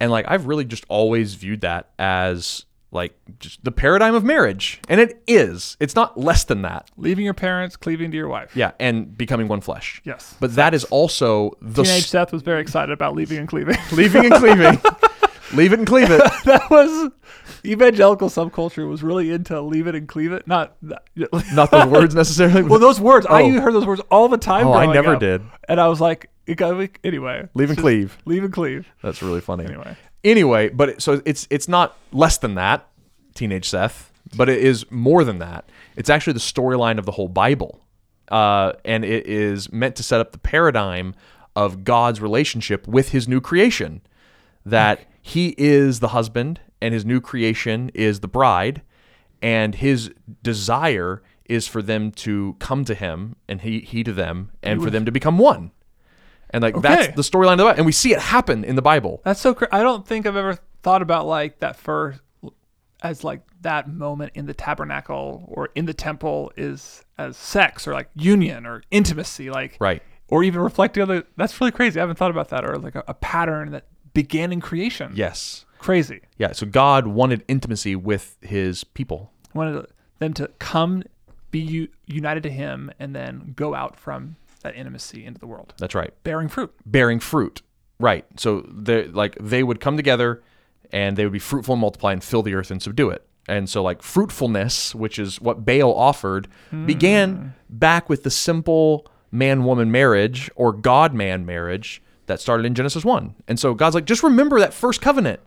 Speaker 1: And like I've really just always viewed that as like just the paradigm of marriage, and it is. It's not less than that.
Speaker 2: Leaving your parents, cleaving to your wife.
Speaker 1: Yeah, and becoming one flesh.
Speaker 2: Yes.
Speaker 1: But that is also the
Speaker 2: Teenage
Speaker 1: s-
Speaker 2: Seth was very excited about leaving and cleaving.
Speaker 1: leaving and cleaving. Leave it and cleave it.
Speaker 2: that was evangelical subculture was really into leave it and cleave it. Not
Speaker 1: Not the words necessarily.
Speaker 2: well, those words. I
Speaker 1: Oh.
Speaker 2: heard those words all the time.
Speaker 1: Oh, I
Speaker 2: growing
Speaker 1: never
Speaker 2: up.
Speaker 1: did.
Speaker 2: And I was like, it got me- anyway.
Speaker 1: Leave and cleave.
Speaker 2: Leave and cleave.
Speaker 1: That's really funny.
Speaker 2: Anyway.
Speaker 1: Anyway, but it, so it's it's not less than that, teenage Seth, but it is more than that. It's actually the storyline of the whole Bible, uh, and it is meant to set up the paradigm of God's relationship with His new creation, that He is the husband and His new creation is the bride, and His desire is for them to come to Him and He He to them, and for them to become one. And like
Speaker 2: Okay.
Speaker 1: that's the storyline of the Bible, and we see it happen in the Bible.
Speaker 2: That's so. Cr- I don't think I've ever thought about like that first, as like that moment in the tabernacle or in the temple is as sex or like union or intimacy, like
Speaker 1: Right.
Speaker 2: or even reflecting on the. That's really crazy. I haven't thought about that or like a, a pattern that began in creation.
Speaker 1: Yes.
Speaker 2: crazy.
Speaker 1: Yeah. So God wanted intimacy with His people.
Speaker 2: wanted them to come, be u- united to Him, and then go out from that intimacy into the world,
Speaker 1: That's right.
Speaker 2: bearing fruit.
Speaker 1: Bearing fruit. Right. So they like they would come together, and they would be fruitful, and multiply, and fill the earth and subdue it. And so like fruitfulness, which is what Baal offered, began back with the simple man-woman marriage or God-man marriage that started in Genesis one. And so God's like, just remember that first covenant.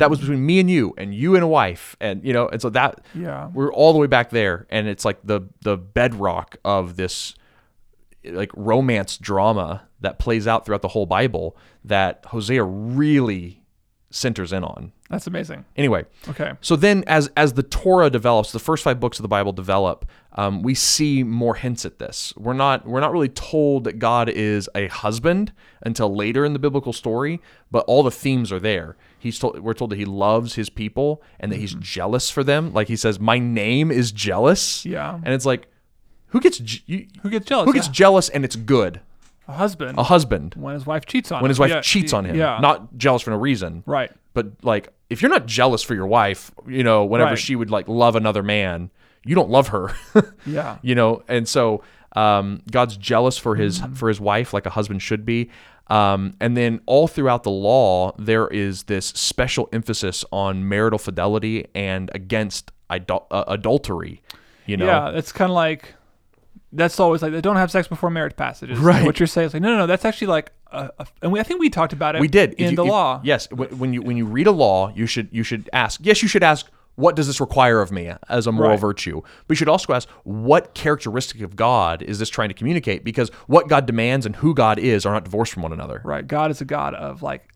Speaker 1: That was between me and you, and you and a wife, and you know, and so that
Speaker 2: Yeah.
Speaker 1: we're all the way back there, and it's like the the bedrock of this like romance drama that plays out throughout the whole Bible that Hosea really centers in on.
Speaker 2: That's amazing.
Speaker 1: Anyway,
Speaker 2: Okay.
Speaker 1: so then, as as the Torah develops, the first five books of the Bible develop. Um, we see more hints at this. We're not we're not really told that God is a husband until later in the biblical story, but all the themes are there. He's told we're told that he loves his people and that he's jealous for them. Like he says, "My name is jealous."
Speaker 2: Yeah.
Speaker 1: and it's like, who gets je- you,
Speaker 2: Who gets jealous?
Speaker 1: who gets
Speaker 2: Yeah.
Speaker 1: jealous and it's good?
Speaker 2: a husband
Speaker 1: A husband
Speaker 2: when his wife cheats on him.
Speaker 1: when his wife
Speaker 2: Yeah,
Speaker 1: cheats on him,
Speaker 2: Yeah.
Speaker 1: not jealous for no reason
Speaker 2: right.
Speaker 1: but like if you're not jealous for your wife you know whenever
Speaker 2: Right.
Speaker 1: she would like love another man you don't love her
Speaker 2: Yeah.
Speaker 1: you know and so um, god's jealous for his
Speaker 2: Mm-hmm.
Speaker 1: for his wife like a husband should be um, and then all throughout the law there is this special emphasis on marital fidelity and against idol- uh, adultery you know
Speaker 2: Yeah. It's kind of like that's always like they don't have sex before marriage passages.
Speaker 1: Right.
Speaker 2: What you're saying is like no, no, no. That's actually like a, a, and we, I think we talked about it.
Speaker 1: we did If
Speaker 2: in
Speaker 1: you-
Speaker 2: the
Speaker 1: if-
Speaker 2: law.
Speaker 1: yes wh- when you when you read a law you should you should ask yes you should ask what does this require of me as a moral
Speaker 2: Right.
Speaker 1: virtue but you should also ask what characteristic of god is this trying to communicate because what god demands and who god is are not divorced from one another
Speaker 2: Right. God is a God of like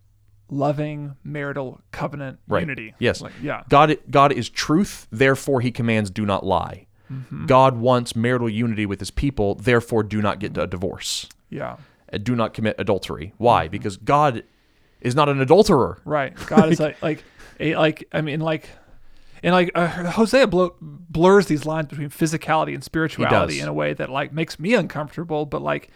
Speaker 2: loving marital covenant
Speaker 1: Right.
Speaker 2: unity.
Speaker 1: Yes.
Speaker 2: Like, yeah.
Speaker 1: God God is truth, therefore he commands do not lie.
Speaker 2: Mm-hmm.
Speaker 1: God wants marital unity with his people, therefore do not get a divorce.
Speaker 2: Yeah.
Speaker 1: Uh, Do not commit adultery. Why?
Speaker 2: Mm-hmm.
Speaker 1: Because God is not an adulterer.
Speaker 2: Right. God is like like a, like I mean like and like uh, Hosea blo- blurs these lines between physicality and spirituality in a way that like makes me uncomfortable, but like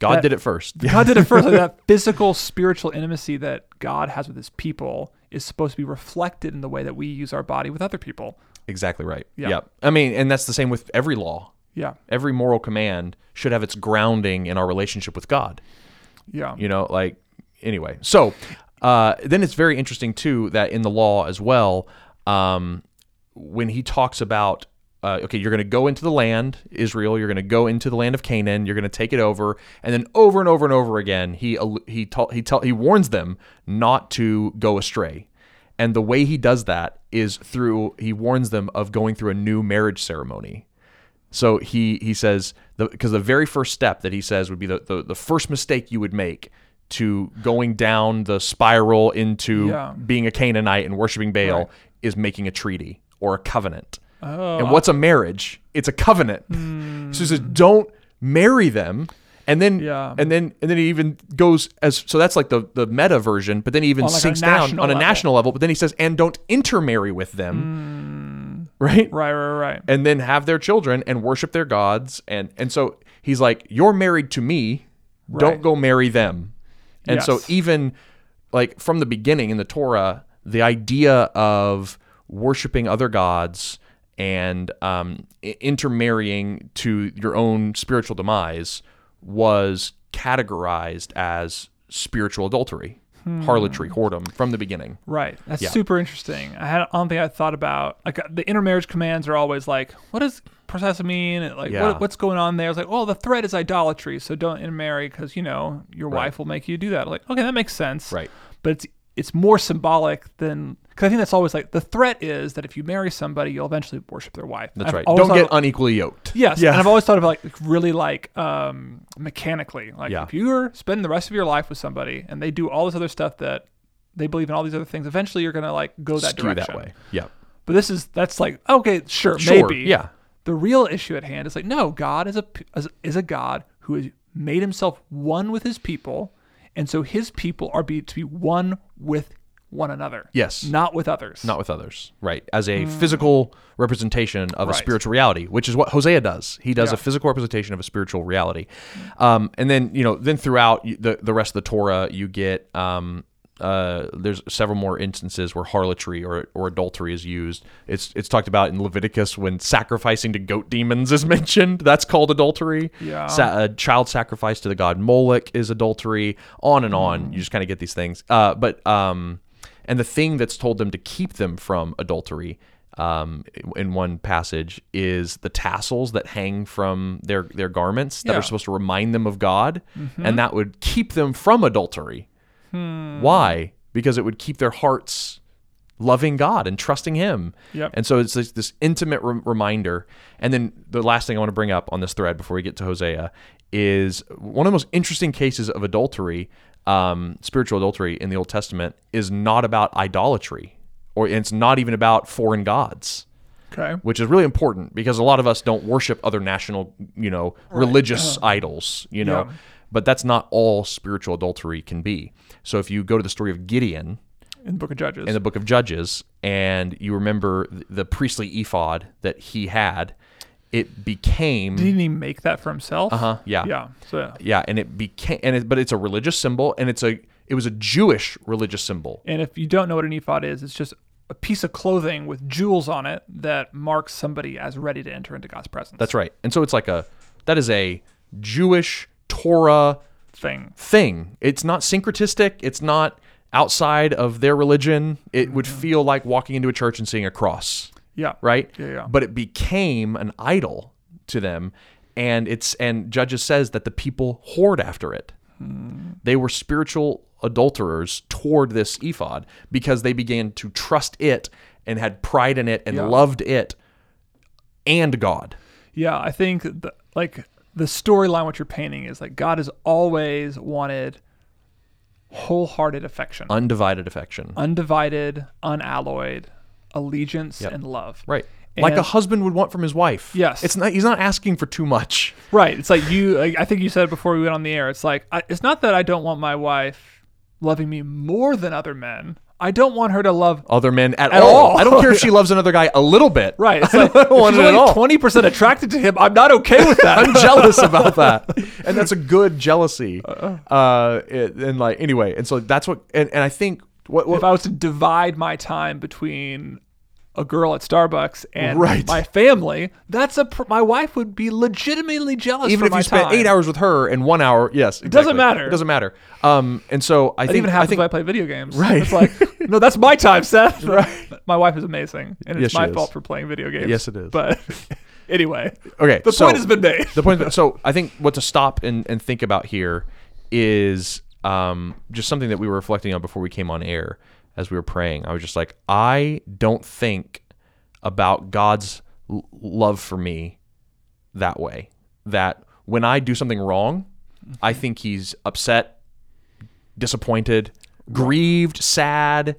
Speaker 1: God
Speaker 2: That-
Speaker 1: did it first.
Speaker 2: God did it first. Like that physical spiritual intimacy that God has with His people is supposed to be reflected in the way that we use our body with other people.
Speaker 1: Exactly right.
Speaker 2: Yeah.
Speaker 1: Yeah. I mean, and that's the same with every law.
Speaker 2: Yeah.
Speaker 1: Every moral command should have its grounding in our relationship with God.
Speaker 2: Yeah.
Speaker 1: You know, like anyway. So uh, then it's very interesting too that in the law as well, um, when he talks about uh, okay, you're going to go into the land Israel, you're going to go into the land of Canaan, you're going to take it over, and then over and over and over again, he al- he ta- he tell he warns them not to go astray. And the way he does that is through he warns them of going through a new marriage ceremony. So he he says because the, very first step that he says would be the, the the first mistake you would make to going down the spiral into
Speaker 2: Yeah.
Speaker 1: being a Canaanite and worshiping Baal
Speaker 2: Right.
Speaker 1: is making a treaty or a covenant.
Speaker 2: Oh. Hmm.
Speaker 1: and what's a marriage? It's a covenant. So he says don't marry them. And then
Speaker 2: Yeah.
Speaker 1: and then and then he even goes as so that's like the the meta version, but then he even
Speaker 2: On like a
Speaker 1: sinks down
Speaker 2: national
Speaker 1: on a
Speaker 2: level.
Speaker 1: national level, but then he says and don't intermarry with them.
Speaker 2: Hmm.
Speaker 1: Right?
Speaker 2: Right. Right. Right.
Speaker 1: and then have their children and worship their gods and and so he's like you're married to me
Speaker 2: Right.
Speaker 1: don't go marry them and so
Speaker 2: Yes.
Speaker 1: even like from the beginning in the torah the idea of worshiping other gods and um, i- intermarrying to your own spiritual demise was categorized as spiritual adultery
Speaker 2: Hmm.
Speaker 1: harlotry whoredom from the beginning
Speaker 2: Right. That's
Speaker 1: Yeah.
Speaker 2: super interesting. I had I don't think I thought about like uh, the intermarriage commands are always like, what does process mean? And, Like
Speaker 1: Yeah.
Speaker 2: what, what's going on there? It's like, well, the threat is idolatry, so don't intermarry because you know your wife will make you do that. Like, okay, that makes sense.
Speaker 1: Right.
Speaker 2: But it's it's more symbolic than because I think that's always like the threat is that if you marry somebody, you'll eventually worship their wife.
Speaker 1: that's
Speaker 2: I've
Speaker 1: right
Speaker 2: always
Speaker 1: don't
Speaker 2: thought
Speaker 1: get
Speaker 2: of-
Speaker 1: unequally yoked
Speaker 2: Yes,
Speaker 1: Yeah.
Speaker 2: and I've always thought of like really like um, mechanically, like
Speaker 1: Yeah.
Speaker 2: if you're spending the rest of your life with somebody and they do all this other stuff that they believe in all these other things, eventually you're gonna like go that
Speaker 1: skew
Speaker 2: direction.
Speaker 1: that way yeah
Speaker 2: But this is that's like okay, sure,
Speaker 1: Sure,
Speaker 2: maybe.
Speaker 1: yeah.
Speaker 2: The real issue at hand is like no, God is a p- is- is a God who has made himself one with his people, and so his people are be to be one with one another.
Speaker 1: Yes.
Speaker 2: not with others.
Speaker 1: not with others, right? As a physical representation of
Speaker 2: Hmm. Right.
Speaker 1: a spiritual reality, which is what Hosea does. He does
Speaker 2: Yeah.
Speaker 1: a physical representation of a spiritual reality, um, and then you know, then throughout you- the the rest of the Torah, you get um, uh, there's several more instances where harlotry or or adultery is used. It's it's talked about in Leviticus when sacrificing to goat demons is mentioned. That's called adultery.
Speaker 2: Yeah.
Speaker 1: Sa- a child sacrifice to the god Moloch is adultery. On and
Speaker 2: Mm.
Speaker 1: on. You just kind of get these things. Uh, but um, and the thing that's told them to keep them from adultery, um, in one passage, is the tassels that hang from their their garments that
Speaker 2: Yeah. Mm-hmm.
Speaker 1: are supposed to remind them of God, and that would keep them from adultery. Why? because it would keep their hearts loving God and trusting Him.
Speaker 2: Yep.
Speaker 1: And so it's this, this intimate re- reminder. And then the last thing I want to bring up on this thread before we get to Hosea is one of the most interesting cases of adultery, um, spiritual adultery in the Old Testament, is not about idolatry, or and it's not even about foreign gods
Speaker 2: Okay.
Speaker 1: which is really important because a lot of us don't worship other national, you know, religious idols, you know.
Speaker 2: Yeah.
Speaker 1: But that's not all spiritual adultery can be. So if you go to the story of Gideon
Speaker 2: In the book of Judges.
Speaker 1: in the book of Judges and you remember th- the priestly ephod that he had, it became
Speaker 2: Didn't he make that for himself? Uh
Speaker 1: huh, Uh-huh. yeah.
Speaker 2: Yeah. So
Speaker 1: Yeah, and it became and it, but it's a religious symbol and it's a it was a Jewish religious symbol.
Speaker 2: And if you don't know what an ephod is, it's just a piece of clothing with jewels on it that marks somebody as ready to enter into God's presence.
Speaker 1: That's right. And so it's like a that is a Jewish Torah
Speaker 2: thing.
Speaker 1: thing. It's not syncretistic. It's not outside of their religion. It would feel like walking into a church and seeing a cross,
Speaker 2: Yeah.
Speaker 1: right?
Speaker 2: Yeah, yeah.
Speaker 1: But it became an idol to them, and it's and Judges says that the people whored after it.
Speaker 2: Hmm.
Speaker 1: They were spiritual adulterers toward this ephod because they began to trust it and had pride in it and
Speaker 2: Yeah.
Speaker 1: loved it and God.
Speaker 2: Yeah, I think the, like the storyline what you're painting is like God has always wanted wholehearted affection,
Speaker 1: Undivided affection.
Speaker 2: undivided, unalloyed allegiance and love.
Speaker 1: Right. like a
Speaker 2: And-
Speaker 1: husband would want from his wife.
Speaker 2: Yes.
Speaker 1: It's not he's not asking for too much.
Speaker 2: Right. It's like you. Like, I think you said before we went on the air. It's like I, it's not that I don't want my wife loving me more than other men. I don't want her to love
Speaker 1: Other men at,
Speaker 2: At
Speaker 1: all.
Speaker 2: all.
Speaker 1: I don't care if she loves another guy a little bit.
Speaker 2: Right. It's
Speaker 1: I
Speaker 2: like,
Speaker 1: don't want
Speaker 2: if
Speaker 1: it
Speaker 2: she's
Speaker 1: at all.
Speaker 2: only twenty percent attracted to him. I'm not okay with that.
Speaker 1: I'm jealous about that. And that's a good jealousy. Uh, it- and like anyway, and so that's what and, and I think what, what
Speaker 2: if I was to divide my time between a girl at Starbucks and
Speaker 1: Right.
Speaker 2: my family, that's a pr- my wife would be legitimately jealous.
Speaker 1: even
Speaker 2: for
Speaker 1: if
Speaker 2: my
Speaker 1: you spent
Speaker 2: time.
Speaker 1: eight hours with her and one hour, yes, it
Speaker 2: doesn't matter.
Speaker 1: It doesn't matter. Um, and so I
Speaker 2: that
Speaker 1: think
Speaker 2: even
Speaker 1: I
Speaker 2: happens
Speaker 1: think
Speaker 2: when I play video games.
Speaker 1: Right.
Speaker 2: It's like no, that's my time, Seth. Right. my wife is amazing, and
Speaker 1: Yes,
Speaker 2: it's
Speaker 1: she
Speaker 2: my
Speaker 1: is.
Speaker 2: fault for playing video games.
Speaker 1: Yes, it is.
Speaker 2: But anyway,
Speaker 1: okay.
Speaker 2: the
Speaker 1: so,
Speaker 2: point has been made.
Speaker 1: the point. So I think what to stop and, and think about here is um, just something that we were reflecting on before we came on air as we were praying. I was just like, I don't think about God's l- love for me that way. That when I do something wrong, I
Speaker 2: Mm-hmm.
Speaker 1: think He's upset, disappointed, grieved, sad.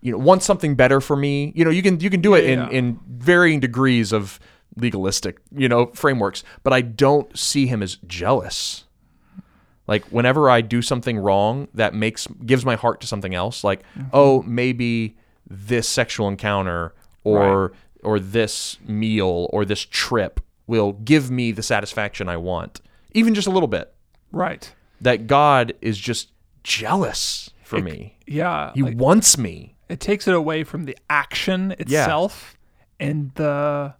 Speaker 1: You know, wants something better for me. You know, you can you can do it in
Speaker 2: yeah.
Speaker 1: in varying degrees of legalistic, you know, frameworks, but I don't see him as jealous. Like whenever I do something wrong that makes gives my heart to something else, like oh, maybe this sexual encounter or or this meal or this trip will give me the satisfaction I want, even just a little bit.
Speaker 2: Right.
Speaker 1: That God is just jealous for me.
Speaker 2: Yeah.
Speaker 1: He wants me.
Speaker 2: it takes it away from the action itself and the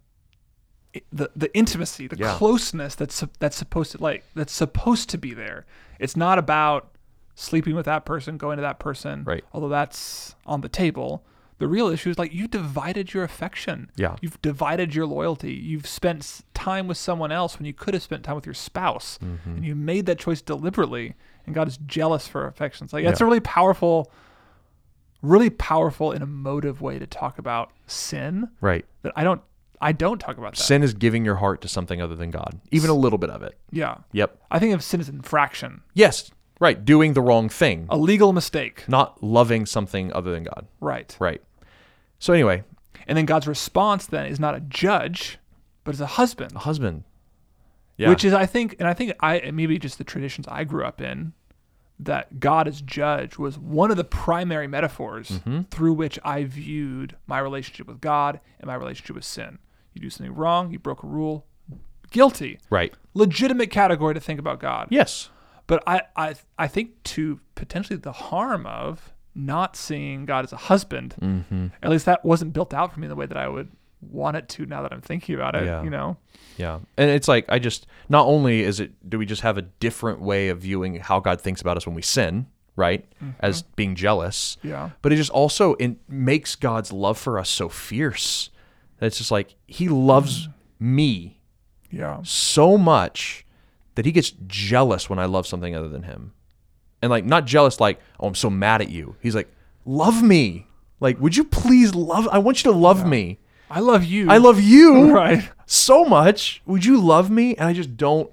Speaker 2: the the intimacy, the
Speaker 1: Yeah.
Speaker 2: closeness that's sup- that's supposed to like that's supposed to be there. It's not about sleeping with that person, going to that person,
Speaker 1: Right.
Speaker 2: Although that's on the table. The real issue is like you divided your affection.
Speaker 1: Yeah.
Speaker 2: You've divided your loyalty. You've spent s- time with someone else when you could have spent time with your spouse.
Speaker 1: Mm-hmm.
Speaker 2: And you made that choice deliberately. And God is jealous for affections. Like that's a really powerful really powerful and emotive way to talk about sin
Speaker 1: Right.
Speaker 2: that I don't I don't talk about that.
Speaker 1: Sin is giving your heart to something other than God, even a little bit of it.
Speaker 2: Yeah.
Speaker 1: Yep.
Speaker 2: I think of sin as infraction,
Speaker 1: Yes, right. Doing the wrong thing,
Speaker 2: a legal mistake.
Speaker 1: not loving something other than God.
Speaker 2: Right.
Speaker 1: Right. So anyway,
Speaker 2: And then God's response then is not a judge, but is a husband,
Speaker 1: a husband. Yeah.
Speaker 2: which is I think and I think I and maybe just the traditions I grew up in that God as judge was one of the primary metaphors
Speaker 1: Mm-hmm.
Speaker 2: through which I viewed my relationship with God and my relationship with sin. You do something wrong, you broke a rule, guilty.
Speaker 1: right.
Speaker 2: Legitimate category to think about God.
Speaker 1: Yes.
Speaker 2: But I, I, I think to potentially the harm of not seeing God as a husband,
Speaker 1: Mm-hmm.
Speaker 2: at least that wasn't built out for me the way that I would want it to now that I'm thinking about it,
Speaker 1: Yeah.
Speaker 2: you know?
Speaker 1: Yeah. And it's like I just not only is it do we just have a different way of viewing how God thinks about us when we sin, right? As being jealous.
Speaker 2: Mm-hmm. Yeah.
Speaker 1: But it just also it makes God's love for us so fierce. That it's just like he loves
Speaker 2: Mm.
Speaker 1: me
Speaker 2: Yeah.
Speaker 1: so much that he gets jealous when I love something other than him. And like not jealous like, oh, I'm so mad at you. He's like, love me. Like, would you please love? I want you to love me.
Speaker 2: I love you.
Speaker 1: I love you
Speaker 2: Right.
Speaker 1: so much. Would you love me? And I just don't.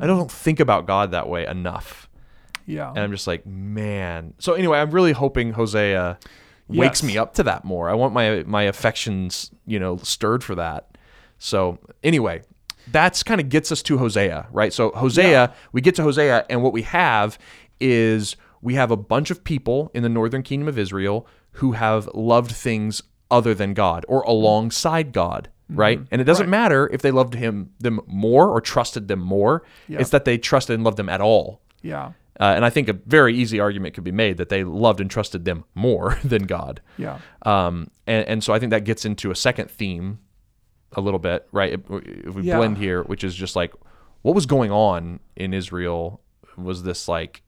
Speaker 1: I don't think about God that way enough.
Speaker 2: Yeah.
Speaker 1: And I'm just like, man. So anyway, I'm really hoping Hosea wakes
Speaker 2: Yes.
Speaker 1: me up to that more. I want my my affections, you know, stirred for that. So anyway, that's kind of gets us to Hosea, right? So Hosea, we get to Hosea, and what we have is we have a bunch of people in the northern kingdom of Israel who have loved things other than God or alongside God.
Speaker 2: Mm-hmm.
Speaker 1: Right, and it doesn't matter if they loved him them more or trusted them more.
Speaker 2: Yeah.
Speaker 1: It's that they trusted and loved them at all.
Speaker 2: yeah.
Speaker 1: Uh, and I think a very easy argument could be made that they loved and trusted them more than God.
Speaker 2: Yeah.
Speaker 1: Um, and, and so I think that gets into a second theme a little bit, right? If, if we
Speaker 2: Yeah.
Speaker 1: blend here, which is just like what was going on in Israel was this like,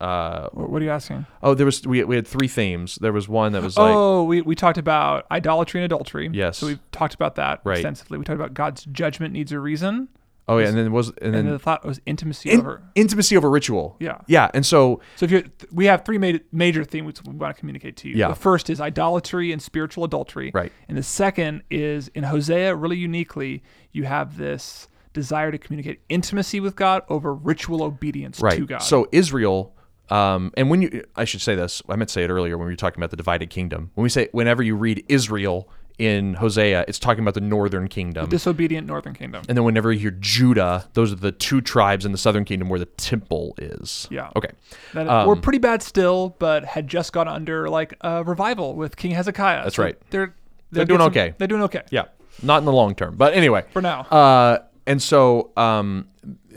Speaker 1: uh,
Speaker 2: What, what are you asking?
Speaker 1: oh, there was, we, we had three themes. There was one that was like,
Speaker 2: Oh, we, we talked about idolatry and adultery.
Speaker 1: Yes.
Speaker 2: So we've talked about that
Speaker 1: Right.
Speaker 2: extensively. We talked about God's judgment needs a reason.
Speaker 1: oh, yeah. And then was, and
Speaker 2: And,
Speaker 1: then
Speaker 2: the thought was intimacy
Speaker 1: in-
Speaker 2: over.
Speaker 1: intimacy over ritual.
Speaker 2: Yeah.
Speaker 1: Yeah. And so,
Speaker 2: So if you we have three ma- major themes we want to communicate to you.
Speaker 1: Yeah.
Speaker 2: The first is idolatry and spiritual adultery.
Speaker 1: Right.
Speaker 2: And the second is in Hosea, really uniquely, you have this desire to communicate intimacy with God over ritual obedience
Speaker 1: right.
Speaker 2: to God.
Speaker 1: So Israel, um, and when you, I should say this, I meant to say it earlier when we were talking about the divided kingdom. When we say, whenever you read Israel in Hosea, it's talking about the northern kingdom.
Speaker 2: disobedient northern kingdom.
Speaker 1: and then whenever you hear Judah, those are the two tribes in the southern kingdom where the temple is.
Speaker 2: Yeah.
Speaker 1: Okay.
Speaker 2: That
Speaker 1: Um,
Speaker 2: were pretty bad still, but had just gone under like a revival with King Hezekiah. That's
Speaker 1: right.
Speaker 2: They're
Speaker 1: They're doing okay.
Speaker 2: They're doing okay.
Speaker 1: Yeah. Not in the long term, but anyway.
Speaker 2: For now.
Speaker 1: Uh, and so um,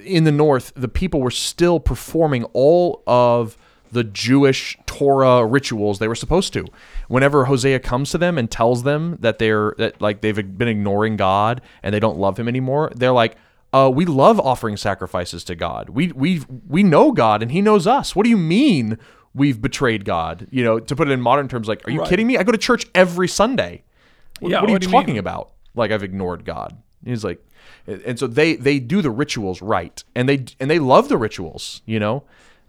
Speaker 1: in the north, the people were still performing all of the Jewish Torah rituals they were supposed to. Whenever Hosea comes to them and tells them that they're that like they've been ignoring God and they don't love Him anymore, they're like, uh, "We love offering sacrifices to God. We we we know God and He knows us. What do you mean?" We've betrayed God, you know. To put it in modern terms, like, are you
Speaker 2: Right.
Speaker 1: kidding me? I go to church every Sunday. What,
Speaker 2: Yeah,
Speaker 1: what are
Speaker 2: what
Speaker 1: you
Speaker 2: do you
Speaker 1: talking
Speaker 2: mean?
Speaker 1: about? Like I've ignored God. And he's like, and so they they do the rituals right, and they and they love the rituals, you know.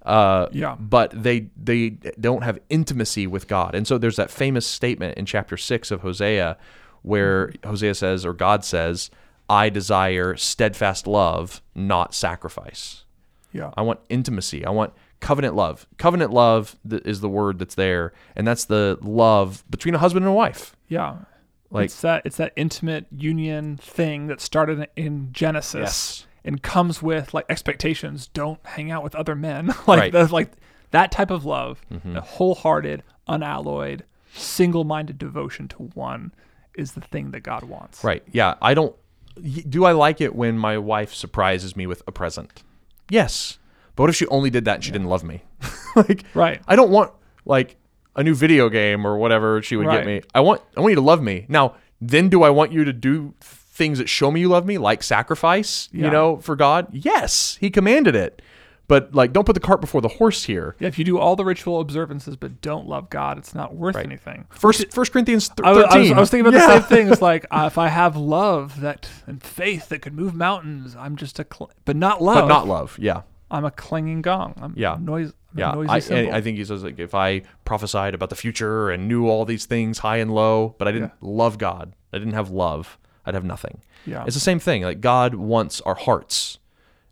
Speaker 1: Uh,
Speaker 2: Yeah.
Speaker 1: But they they don't have intimacy with God, and so there's that famous statement in chapter six of Hosea, where Hosea says, or God says, "I desire steadfast love, not sacrifice."
Speaker 2: Yeah.
Speaker 1: I want intimacy. I want covenant love. Covenant love th- is the word that's there, and that's the love between a husband and a wife.
Speaker 2: Yeah.
Speaker 1: Like-
Speaker 2: it's that it's that intimate union thing that started in Genesis
Speaker 1: Yes.
Speaker 2: and comes with like expectations. Don't hang out with other men. like
Speaker 1: Right. Mm-hmm.
Speaker 2: that's like that type of love, a wholehearted, unalloyed, single-minded devotion to one is the thing that God wants.
Speaker 1: Right. Yeah. I don't. y- Do I like it when my wife surprises me with a present? Yes. But what if she only did that and she didn't love me? like,
Speaker 2: Right.
Speaker 1: I don't want like a new video game or whatever she would get
Speaker 2: Right.
Speaker 1: me. I want I want you to love me. Now, then, do I want you to do things that show me you love me, like sacrifice? You
Speaker 2: Yeah.
Speaker 1: know, for God. Yes, He commanded it. But like, don't put the cart before the horse here.
Speaker 2: Yeah, if you do all the ritual observances but don't love God, it's not worth anything.
Speaker 1: First, First Corinthians th-
Speaker 2: I was, I was-
Speaker 1: thirteen.
Speaker 2: I was thinking about
Speaker 1: Yeah.
Speaker 2: the same thing. It's like uh, if I have love that and faith that could move mountains, I'm just a cl- but not love.
Speaker 1: but not love. Yeah.
Speaker 2: I'm a clanging gong. I'm
Speaker 1: Yeah.
Speaker 2: a noise. I'm
Speaker 1: Yeah,
Speaker 2: a noisy
Speaker 1: I, and
Speaker 2: symbol.
Speaker 1: I think he says like if I prophesied about the future and knew all these things high and low, but I didn't love God, I didn't have love, I'd have nothing.
Speaker 2: Yeah.
Speaker 1: it's the same thing. Like God wants our hearts.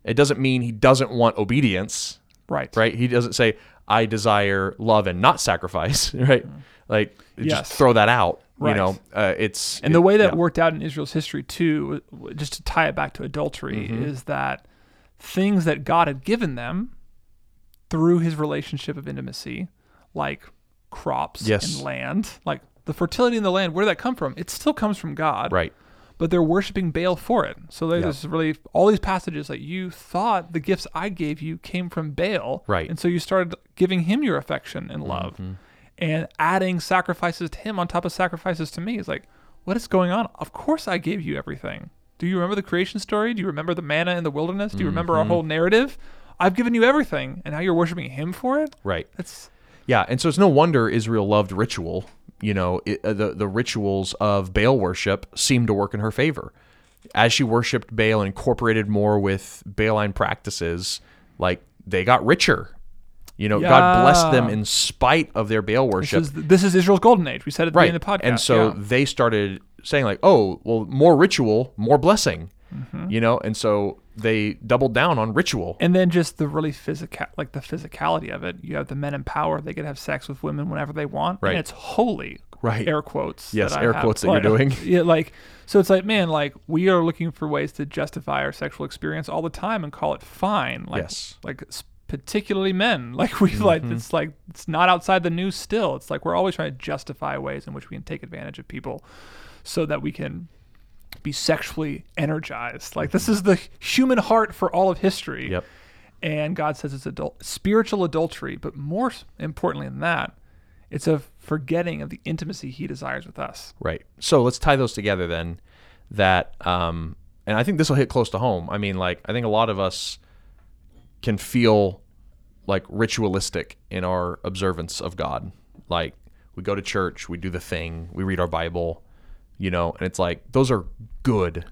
Speaker 1: It doesn't mean He doesn't want obedience,
Speaker 2: right.
Speaker 1: right? He doesn't say I desire love and not sacrifice, right? Like just
Speaker 2: Mm. Yes.
Speaker 1: throw that out. You
Speaker 2: Right.
Speaker 1: know, uh, it's
Speaker 2: And the way that
Speaker 1: yeah.
Speaker 2: worked out in Israel's history too, w- just to tie it back to adultery,
Speaker 1: Mm-hmm.
Speaker 2: is that things that God had given them through His relationship of intimacy, like crops
Speaker 1: Yes.
Speaker 2: and land, like the fertility in the land, where did that come from? It still comes from God.
Speaker 1: right.
Speaker 2: but they're worshiping Baal for it. So there's
Speaker 1: Yeah.
Speaker 2: this really all these passages that you thought the gifts I gave you came from Baal,
Speaker 1: Right. Mm-hmm.
Speaker 2: And so you started giving him your affection and love, and adding sacrifices to him on top of sacrifices to me. It's like, what is going on? Of course I gave you everything. Do you remember the creation story? Do you remember the manna in the wilderness? Do you remember
Speaker 1: Mm-hmm.
Speaker 2: our whole narrative? I've given you everything, and now you're worshiping him for it.
Speaker 1: Right.
Speaker 2: That's
Speaker 1: Yeah, and so it's no wonder Israel loved ritual. You know, it, uh, the the rituals of Baal worship seemed to work in her favor, as she worshipped Baal and incorporated more with Baaline practices. Like they got richer, You know, God blessed
Speaker 2: Yeah.
Speaker 1: them in spite of their Baal
Speaker 2: This
Speaker 1: worship.
Speaker 2: is, this is Israel's golden age. We said it at the
Speaker 1: right.
Speaker 2: beginning of the podcast.
Speaker 1: and so
Speaker 2: yeah.
Speaker 1: they started saying like, "Oh, well, more ritual, more blessing."
Speaker 2: Mm-hmm.
Speaker 1: You know, and so they doubled down on ritual.
Speaker 2: and then just the really physical, like the physicality of it. You have the men in power; they could have sex with women whenever they want,
Speaker 1: Right.
Speaker 2: and it's holy.
Speaker 1: Right.
Speaker 2: Air quotes.
Speaker 1: Yes,
Speaker 2: that I
Speaker 1: air
Speaker 2: have.
Speaker 1: quotes that you're
Speaker 2: Like,
Speaker 1: doing.
Speaker 2: Yeah, like so. It's like, man, like we are looking for ways to justify our sexual experience all the time and call it fine. Like,
Speaker 1: Yes. Mm-hmm.
Speaker 2: Like s- particularly men, like we like it's like it's not outside the news. Still, it's like we're always trying to justify ways in which we can take advantage of people, so that we can be sexually energized. Like this is the human heart for all of history.
Speaker 1: Yep.
Speaker 2: And God says it's adult spiritual adultery, but more s- importantly than that, it's a forgetting of the intimacy he desires with us.
Speaker 1: Right. So let's tie those together then. That, um, and I think this will hit close to home. I mean, like, I think a lot of us can feel like ritualistic in our observance of God. Like, we go to church, we do the thing, we read our Bible, you know, and it's like, those are good,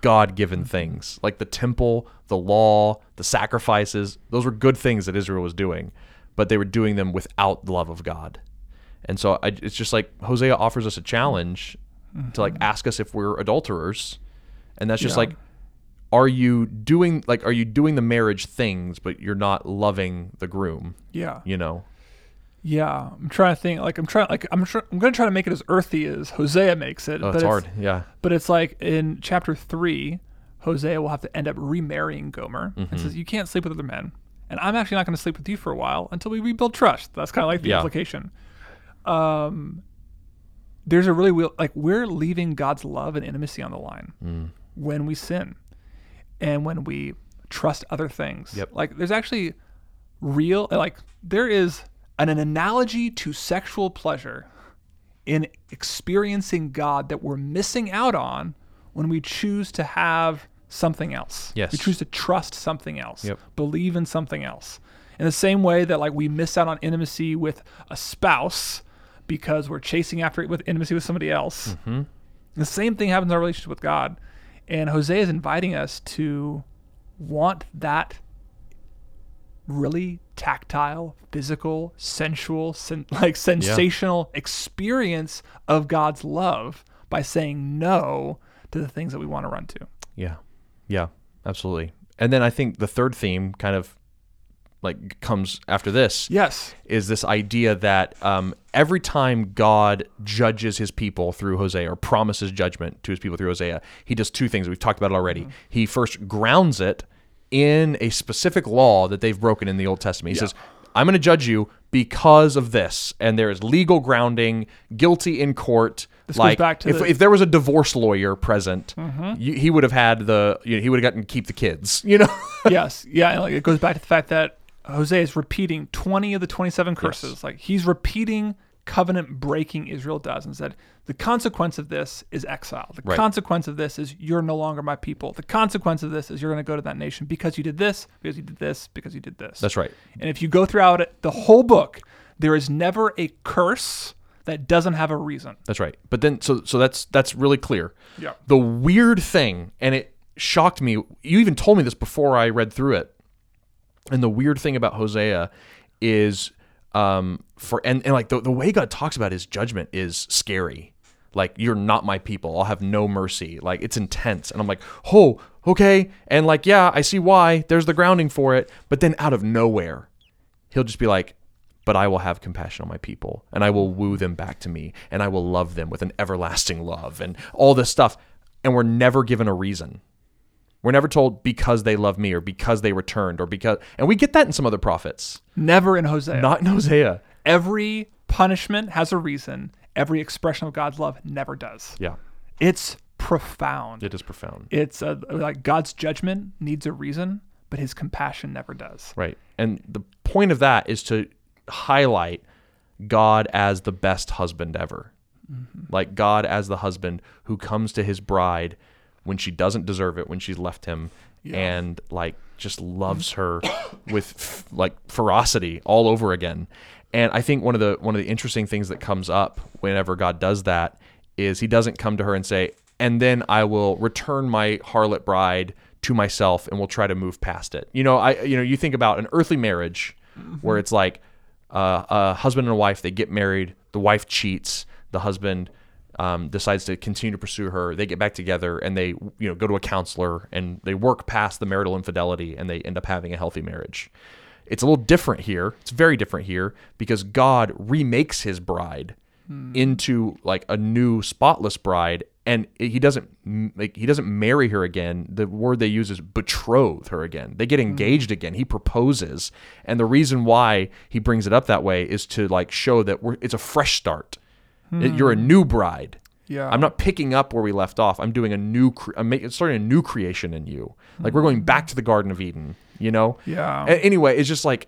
Speaker 1: God given things. Like the temple, the law, the sacrifices, those were good things that Israel was doing, but they were doing them without the love of God. And so I, it's just like Hosea offers us a challenge to like ask us if we're adulterers, and that's just
Speaker 2: Mm-hmm. Yeah.
Speaker 1: like, are you doing like are you doing the marriage things, but you're not loving the groom?
Speaker 2: Yeah.
Speaker 1: You know,
Speaker 2: Yeah. I'm trying to think like I'm trying like I'm sure I'm gonna try to make it as earthy as Hosea makes it.
Speaker 1: oh,
Speaker 2: but
Speaker 1: it's hard. Yeah,
Speaker 2: But it's like in chapter three, Hosea will have to end up remarrying Gomer and says, You can't sleep with other men. And I'm actually not going to sleep with you for a while until we rebuild trust. That's kind of like the
Speaker 1: Yeah.
Speaker 2: implication. Um, there's a really real, like, we're leaving God's love and intimacy on the line when we sin and when we trust other things.
Speaker 1: Yep.
Speaker 2: Like, there's actually real, like, there is an, an analogy to sexual pleasure in experiencing God that we're missing out on when we choose to have something else.
Speaker 1: Yes.
Speaker 2: We choose to trust something else,
Speaker 1: Yep.
Speaker 2: believe in something else. In the same way that like we miss out on intimacy with a spouse because we're chasing after it with intimacy with somebody else. The same thing happens in our relationship with God. And Hosea is inviting us to want that really tactile, physical, sensual, sen- like sensational experience of God's love by saying no to the things that we want to run to.
Speaker 1: yeah, yeah, absolutely. And then I think the third theme kind of like comes after this.
Speaker 2: Yes.
Speaker 1: is this idea that um, every time God judges his people through Hosea or promises judgment to his people through Hosea, he does two things that we've talked about already.
Speaker 2: Mm-hmm.
Speaker 1: He first grounds it in a specific law that they've broken in the Old Testament. He says, I'm going to judge you because of this. And there is legal grounding, guilty in court.
Speaker 2: This goes
Speaker 1: like
Speaker 2: back to
Speaker 1: if,
Speaker 2: the- Mm-hmm.
Speaker 1: if there was a divorce lawyer present, you, he would have had the you know, he would have gotten to keep the kids, you know.
Speaker 2: yes. Yeah. and, like, it goes back to the fact that Hosea is repeating 20 of the 27 curses. Like he's repeating covenant breaking Israel does and said, the consequence of this is exile. The
Speaker 1: Right.
Speaker 2: consequence of this is you're no longer my people. The consequence of this is you're going to go to that nation because you did this, because you did this, because you did this.
Speaker 1: That's right.
Speaker 2: And if you go throughout it, the whole book, there is never a curse that doesn't have a reason.
Speaker 1: That's right. But then, so so that's that's really clear.
Speaker 2: Yeah.
Speaker 1: The weird thing, and it shocked me. You even told me this before I read through it. And the weird thing about Hosea is, um, for and and like the the way God talks about his judgment is scary. Like you're not my people. I'll have no mercy. Like it's intense. And I'm like, oh, okay. And like, yeah, I see why. There's the grounding for it. But then out of nowhere, he'll just be like, but I will have compassion on my people and I will woo them back to me and I will love them with an everlasting love and all this stuff. And we're never given a reason. We're never told because they love me or because they returned or because, and we get that in some other prophets,
Speaker 2: Never in Hosea.
Speaker 1: not in Hosea.
Speaker 2: Every punishment has a reason. Every expression of God's love never does.
Speaker 1: Yeah,
Speaker 2: It's profound.
Speaker 1: it is profound.
Speaker 2: It's uh like God's judgment needs a reason, but his compassion never does.
Speaker 1: Right. And the point of that is to highlight God as the best husband ever. Like God as the husband who comes to his bride when she doesn't deserve it, when she's left him, and like just loves her with f- like ferocity all over again. And I think one of the one of the interesting things that comes up whenever God does that is he doesn't come to her and say, "And then I will return my harlot bride to myself and will try to move past it." You know, I you know, you think about an earthly marriage where it's like uh, a husband and a wife they get married, the wife cheats, the husband um, decides to continue to pursue her. They get back together and they you know go to a counselor and they work past the marital infidelity and they end up having a healthy marriage. It's a little different here. It's very different here because God remakes his bride
Speaker 2: Hmm.
Speaker 1: into like a new spotless bride and he doesn't m- like he doesn't marry her again the word they use is betroth her again they get
Speaker 2: Hmm.
Speaker 1: engaged again he proposes and the reason why he brings it up that way is to like show that we're, it's a fresh start It- you're a new bride
Speaker 2: Hmm. Yeah.
Speaker 1: i'm not picking up where we left off i'm doing a new cre- i'm making starting a new creation in you like we're going back to the garden of eden you know
Speaker 2: Hmm. Yeah.
Speaker 1: a- anyway, it's just like,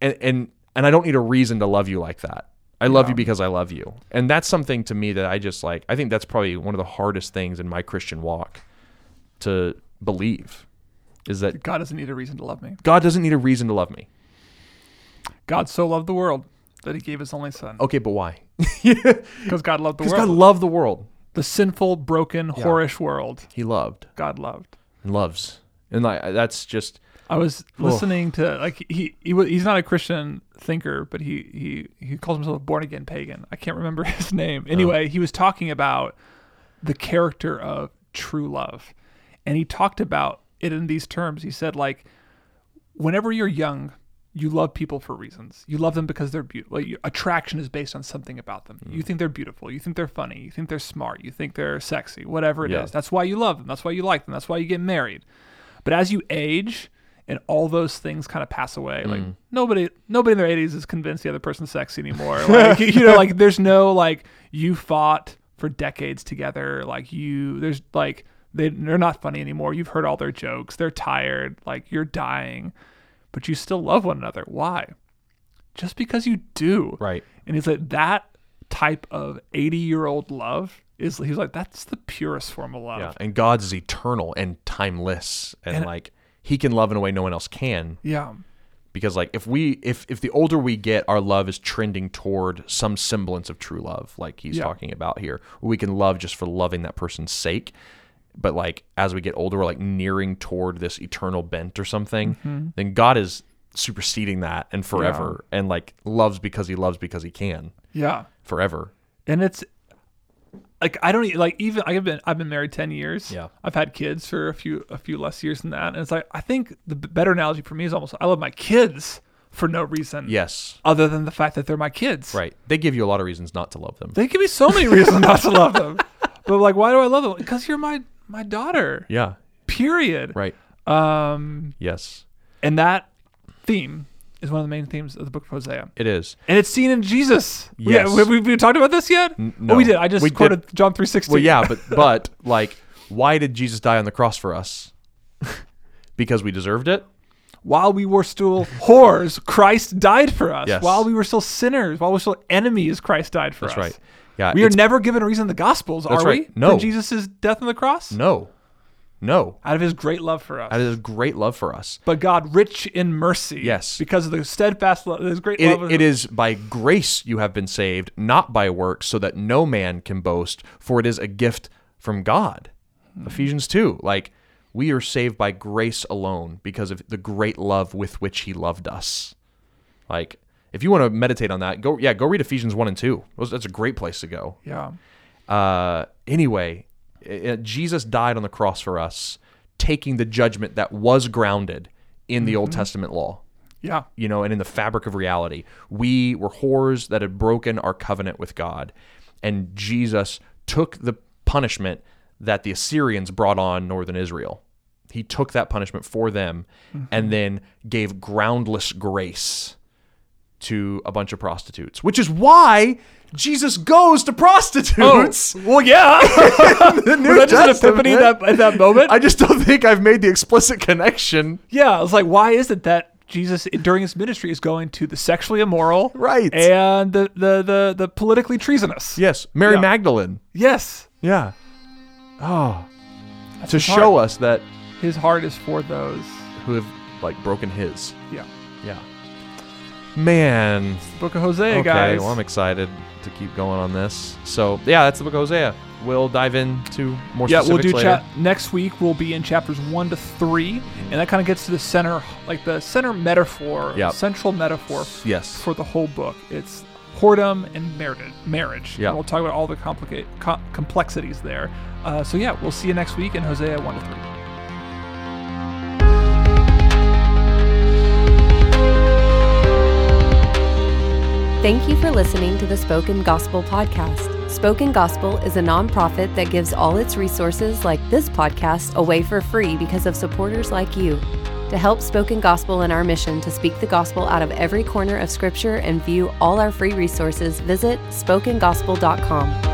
Speaker 1: and and and I don't need a reason to love you like that. I love you because I love you, and that's something to me that I just like. I think that's probably one of the hardest things in my Christian walk to believe is that
Speaker 2: God doesn't need a reason to love me.
Speaker 1: God doesn't need a reason to love me.
Speaker 2: God so loved the world that he gave his only son.
Speaker 1: Okay, but why?
Speaker 2: Because God loved the
Speaker 1: Oh. Because
Speaker 2: world.
Speaker 1: God loved the world.
Speaker 2: the sinful, broken, whorish world
Speaker 1: He loved
Speaker 2: God loved.
Speaker 1: and loves, and like that's just
Speaker 2: I was listening to like he, he wa- he's not a Christian thinker, but he he he calls himself a born again pagan. I can't remember his name. Anyway, he was talking about the character of true love, and he talked about it in these terms. He said like, whenever you're young, you love people for reasons. You love them because they're beautiful. Like, your attraction is based on something about them. You think they're beautiful. You think they're funny. You think they're smart. You think they're sexy. Whatever it is,
Speaker 1: Yeah.
Speaker 2: that's why you love them. That's why you like them. That's why you get married. But as you age and all those things kind of pass away, like nobody nobody in their eighties is convinced the other person's sexy anymore. Like you know, like there's no like you fought for decades together, like you there's like they, they're not funny anymore. You've heard all their jokes. They're tired. Like you're dying, but you still love one another. Why? Just because you do.
Speaker 1: right.
Speaker 2: And he's like, that type of 80 year old love is, he's like, that's the purest form of love.
Speaker 1: Yeah, and God's is eternal and timeless, and, like He can love in a way no one else can.
Speaker 2: yeah.
Speaker 1: because like if we if if the older we get our love is trending toward some semblance of true love like he's
Speaker 2: Yeah.
Speaker 1: talking about here we can love just for loving that person's sake but like as we get older we're like nearing toward this eternal bent or something
Speaker 2: Mm-hmm.
Speaker 1: then god is superseding that and forever and like loves because he loves because he can
Speaker 2: Yeah.
Speaker 1: forever
Speaker 2: and it's like I don't e- like even I've been I've been married ten years.
Speaker 1: Yeah.
Speaker 2: I've had kids for a few a few less years than that, and it's like I think the b- better analogy for me is almost I love my kids for no reason.
Speaker 1: yes
Speaker 2: Other than the fact that they're my kids.
Speaker 1: right they give you a lot of reasons not to love them
Speaker 2: They give me so many reasons not to love them, but like why do I love them? Because you're my my daughter.
Speaker 1: yeah
Speaker 2: Period.
Speaker 1: right
Speaker 2: Um,
Speaker 1: yes
Speaker 2: and that theme is one of the main themes of the book of Hosea.
Speaker 1: it is
Speaker 2: And it's seen in Jesus. We-
Speaker 1: Yes.
Speaker 2: have we, we talked about this yet?
Speaker 1: no.
Speaker 2: Oh, we did. I just
Speaker 1: We did.
Speaker 2: quoted John three sixteen.
Speaker 1: Well, yeah, but but like, why did Jesus die on the cross for us? because we deserved it.
Speaker 2: while we were still whores, Christ died for us.
Speaker 1: Yes.
Speaker 2: While we were still sinners, while we were still enemies, Christ died for
Speaker 1: That's
Speaker 2: us.
Speaker 1: right. Yeah,
Speaker 2: We are
Speaker 1: it's-
Speaker 2: never given a reason in the Gospels,
Speaker 1: That's
Speaker 2: are we?
Speaker 1: right. No.
Speaker 2: For Jesus' death on the cross?
Speaker 1: no, no.
Speaker 2: Out of his great love for us.
Speaker 1: That is great love for us.
Speaker 2: but God, rich in mercy.
Speaker 1: Yes.
Speaker 2: Because of the steadfast love, his great
Speaker 1: It,
Speaker 2: love.
Speaker 1: it is by grace you have been saved, not by works, so that no man can boast. For it is a gift from God.
Speaker 2: Hmm.
Speaker 1: Ephesians two. Like we are saved by grace alone because of the great love with which He loved us. Like if you want to meditate on that, go yeah, go read Ephesians one and two. Those- That's a great place to go.
Speaker 2: Yeah.
Speaker 1: uh, anyway, i- i- Jesus died on the cross for us, taking the judgment that was grounded in the Old Testament law,
Speaker 2: Yeah.
Speaker 1: you know, and in the fabric of reality. We were whores that had broken our covenant with God, and Jesus took the punishment that the Assyrians brought on northern Israel. He took that punishment for them and then gave groundless grace to a bunch of prostitutes, which is why Jesus goes to prostitutes.
Speaker 2: Oh, Well, yeah.
Speaker 1: The New
Speaker 2: Was that just an
Speaker 1: Testament.
Speaker 2: epiphany that, at that moment?
Speaker 1: I just don't think I've made the explicit connection.
Speaker 2: yeah. I was like, why is it that Jesus, during his ministry, is going to the sexually immoral
Speaker 1: Right.
Speaker 2: and the, the, the, the politically treasonous?
Speaker 1: Yes, Mary
Speaker 2: Yeah.
Speaker 1: Magdalene.
Speaker 2: Yes.
Speaker 1: Yeah. Oh. to
Speaker 2: his
Speaker 1: show us that
Speaker 2: His heart is for those.
Speaker 1: who have like broken his.
Speaker 2: Yeah.
Speaker 1: Yeah. Man.
Speaker 2: It's the book of Hosea,
Speaker 1: okay,
Speaker 2: guys.
Speaker 1: well, I'm excited to keep going on this. So, yeah, that's the book of Hosea. We'll dive into more
Speaker 2: yeah, we'll
Speaker 1: specifics
Speaker 2: do
Speaker 1: later.
Speaker 2: chat next week. We'll be in chapters one to three, and that kind of gets to the center, like the center metaphor,
Speaker 1: Yep.
Speaker 2: central metaphor
Speaker 1: yes.
Speaker 2: for the whole book. It's whoredom and marriage. Marriage.
Speaker 1: Yeah.
Speaker 2: And we'll talk about all the complicate co- complexities there. Uh, so yeah, we'll see you next week in Hosea one to three.
Speaker 3: Thank you for listening to the Spoken Gospel Podcast. Spoken Gospel is a nonprofit that gives all its resources, like this podcast, away for free because of supporters like you. To help Spoken Gospel in our mission to speak the gospel out of every corner of Scripture and view all our free resources, visit spokengospel.com.